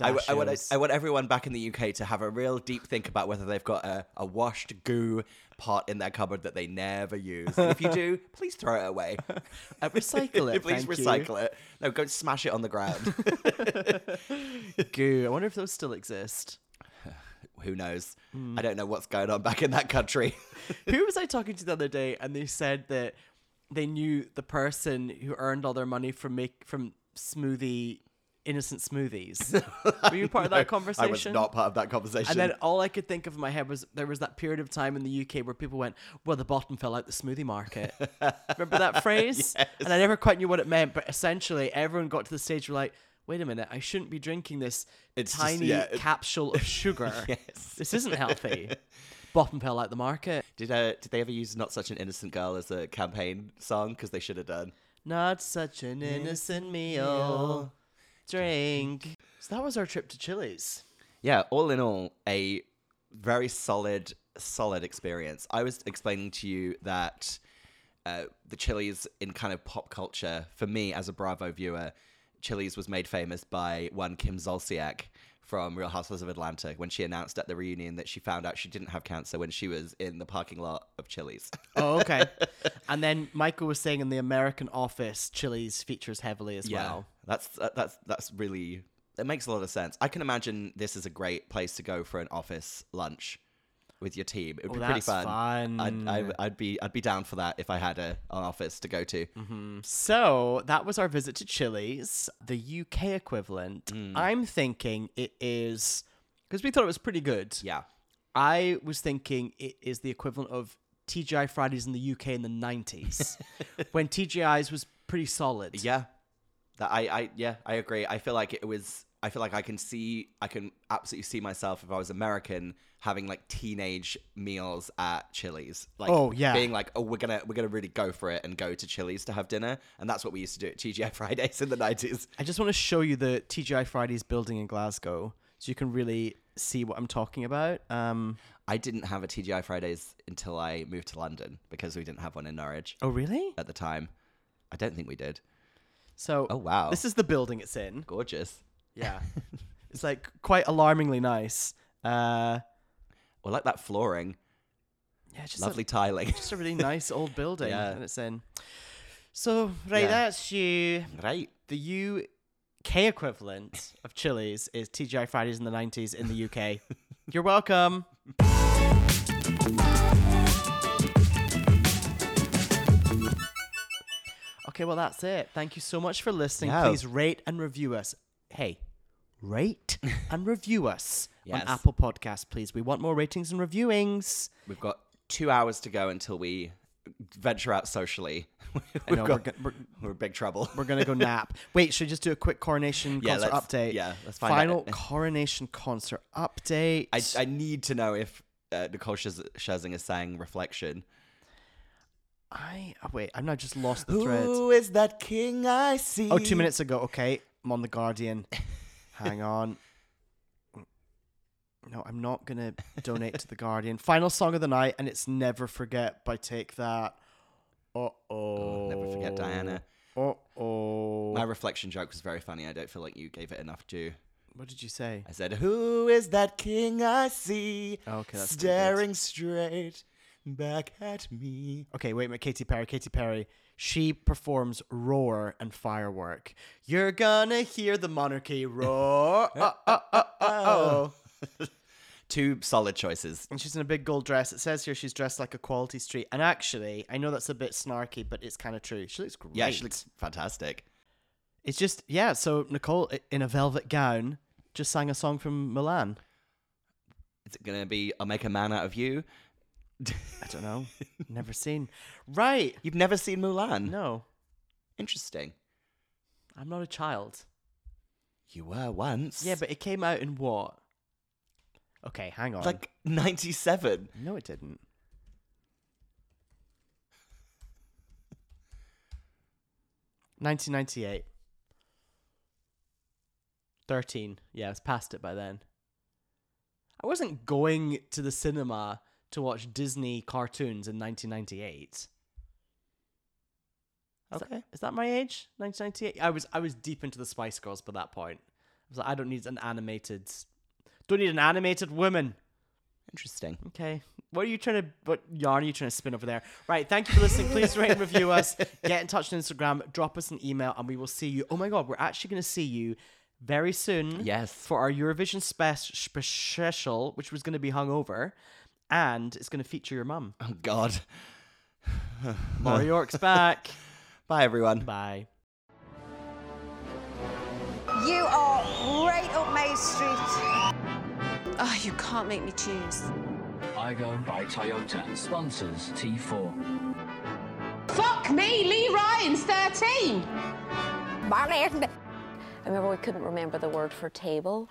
Speaker 5: I, w- I want, I
Speaker 6: Pistachios.
Speaker 5: want everyone back in the UK to have a real deep think about whether they've got a, a washed goo pot in their cupboard that they never use. And if you
Speaker 6: *laughs*
Speaker 5: do, please throw it away.
Speaker 6: Uh, recycle
Speaker 5: *laughs*
Speaker 6: it.
Speaker 5: please
Speaker 6: thank you.
Speaker 5: recycle it. No, go smash it on the
Speaker 6: *laughs*
Speaker 5: ground.
Speaker 6: Goo. I wonder if those
Speaker 5: *laughs*
Speaker 6: still exist.
Speaker 5: Who knows?
Speaker 6: Hmm.
Speaker 5: I don't know what's going on back in that country.
Speaker 6: Who was I talking to the other day? And they said that they knew the person who earned all their money from make from smoothie
Speaker 5: *laughs*
Speaker 6: innocent smoothies. Were you part of *laughs* that conversation?
Speaker 5: I was not part of that conversation.
Speaker 6: And then all I could think of in my head was there was that period of time in the UK where people went, "Well, the bottom fell out the
Speaker 5: *laughs*
Speaker 6: smoothie market." Remember that phrase? And I never quite knew what it meant, but essentially everyone got to the stage where like, "Wait a minute, I shouldn't be drinking this
Speaker 5: It's just-
Speaker 6: tiny
Speaker 5: yeah, it-
Speaker 6: capsule of sugar.
Speaker 5: *laughs*
Speaker 6: This isn't healthy." bottom fell out the market.
Speaker 5: did, uh, did they ever use Not Such an Innocent Girl as a campaign song? Because they should have done.
Speaker 6: Not such an innocent meal. Drink. So that was our trip
Speaker 5: *laughs*
Speaker 6: to Chili's.
Speaker 5: yeah, all in all, a very solid, solid experience. I was explaining to you that uh, the Chili's in kind of pop culture, for me as a Bravo viewer, Chili's was made famous by one Kim Zolciak from Real Housewives of Atlanta when she announced at the reunion that she found out she didn't have cancer when she was in the parking lot of Chili's. *laughs*
Speaker 6: Oh, okay. and then Michael was saying in the American Office, Chili's features heavily as well.
Speaker 5: That's that, that's that's really it makes a lot of sense. I can imagine this is a great place to go for an office lunch with your team. It would be pretty
Speaker 6: Oh, that's
Speaker 5: fun.
Speaker 6: fun.
Speaker 5: I'd, I, I'd be I'd be down for that if I had a, an office to go to.
Speaker 6: Mm-hmm. So that was our visit to Chili's, the UK equivalent. I'm thinking it is because we thought it was pretty good.
Speaker 5: Yeah.
Speaker 6: I was thinking it is the equivalent of TGI Fridays in the UK in the 90s when TGI's was pretty solid.
Speaker 5: Yeah. That I, I yeah, I agree. I feel like it was I feel like I can see I can absolutely see myself if I was American having like teenage meals at Chili's. Like
Speaker 6: Oh, yeah.
Speaker 5: being like, Oh, we're gonna we're gonna really go for it and go to Chili's to have dinner. And that's what we used to do at TGI Fridays in the nineties.
Speaker 6: I just want to show you the TGI Fridays building in Glasgow so you can really see what I'm talking about. Um,
Speaker 5: I didn't have a TGI Fridays until I moved to London because we didn't have one in Norwich
Speaker 6: oh, really?
Speaker 5: at the time. I don't think we did.
Speaker 6: So,
Speaker 5: Oh, wow.
Speaker 6: This is the building it's in.
Speaker 5: Gorgeous.
Speaker 6: Yeah. *laughs* it's like quite alarmingly nice. Uh,
Speaker 5: Well, like that flooring,
Speaker 6: yeah, it's just
Speaker 5: lovely
Speaker 6: A, *laughs*
Speaker 5: tiling.
Speaker 6: just a really nice old building
Speaker 5: Yeah.
Speaker 6: that it's in. So, right,
Speaker 5: Yeah.
Speaker 6: that's you.
Speaker 5: right.
Speaker 6: The UK equivalent of Chili's is TGI Fridays in the 90s in the UK.
Speaker 5: *laughs*
Speaker 6: You're welcome. Okay, well, that's it. Thank you so much for listening.
Speaker 5: Yeah.
Speaker 6: Please rate and review us. Hey,
Speaker 5: *laughs*
Speaker 6: rate and review us
Speaker 5: Yes.
Speaker 6: on Apple Podcasts, please. We want more ratings and reviewings.
Speaker 5: We've got two hours to go until we venture out socially. *laughs* We've
Speaker 6: know, we're
Speaker 5: got,
Speaker 6: go-
Speaker 5: *laughs* we're, in big trouble.
Speaker 6: We're gonna
Speaker 5: *laughs*
Speaker 6: go nap. Wait, should we just do a quick coronation
Speaker 5: Yeah,
Speaker 6: concert
Speaker 5: let's-
Speaker 6: update?
Speaker 5: yeah, let's find
Speaker 6: Final
Speaker 5: out.
Speaker 6: coronation concert update.
Speaker 5: I, I need to know if uh, Nicole Scherz- Scherzinger sang Reflection.
Speaker 6: I- oh, wait. I'm now just lost the thread.
Speaker 5: Who is that king I see?
Speaker 6: Oh,
Speaker 5: *laughs*
Speaker 6: two minutes ago. Okay, I'm on the Guardian. Hang on. No, I'm not gonna donate to the Guardian. Final song of the night, and it's "Never Forget" by Take That. Uh oh.
Speaker 5: Never forget Diana.
Speaker 6: Uh oh.
Speaker 5: My reflection joke was very funny. I don't feel like you gave it enough due.
Speaker 6: What did you say?
Speaker 5: I said, Who is that king I see
Speaker 6: Okay, that's pretty good.
Speaker 5: staring straight back at me?
Speaker 6: Okay, wait a minute. Katy Perry. Katy Perry. She performs "Roar" and "Firework." You're gonna hear the monarchy roar. *laughs* Uh, uh, uh, uh, oh.
Speaker 5: Two solid choices.
Speaker 6: And she's in a big gold dress. It says here she's dressed like a quality street. And actually, I know that's a bit snarky, but it's kind of true. She looks great.
Speaker 5: Yeah, she looks fantastic.
Speaker 6: It's just yeah. So Nicole i- in a velvet gown just sang a song from Milan.
Speaker 5: Is it going to be I'll Make a Man Out of You?
Speaker 6: I don't *laughs* know. Never seen. Right.
Speaker 5: You've never seen Mulan?
Speaker 6: No,
Speaker 5: Interesting.
Speaker 6: I'm not a child.
Speaker 5: You were once.
Speaker 6: Yeah, but it came out in what? Okay, hang on.
Speaker 5: Like 97.
Speaker 6: no, it didn't. Nineteen ninety eight. Thirteen. Yeah, I was past it by then. I wasn't going to the cinema to watch Disney cartoons in nineteen ninety eight. Is that-
Speaker 5: Okay.
Speaker 6: is that my age? 1998. I was I was deep into the Spice Girls by that point. I was like, I don't need an animated, don't need an animated woman.
Speaker 5: Interesting.
Speaker 6: Okay, what are you trying to? What yarn are you trying to spin over there? Right. Thank you for listening. Please rate and
Speaker 5: *laughs*
Speaker 6: review us. Get in touch on Instagram. Drop us an email, and we will see you. Oh my God, we're actually going to see you very soon.
Speaker 5: Yes.
Speaker 6: For our Eurovision spe- special, which was going to be hungover, and it's going to feature your mum.
Speaker 5: Oh, God.
Speaker 6: Maury York's back.
Speaker 5: Bye, everyone.
Speaker 6: Bye.
Speaker 9: You are right up Main Street.
Speaker 2: Oh, you can't make me choose.
Speaker 3: Igo by Toyota sponsors T4.
Speaker 4: Fuck me, Lee Ryan's 13.
Speaker 2: I remember we couldn't remember the word for table.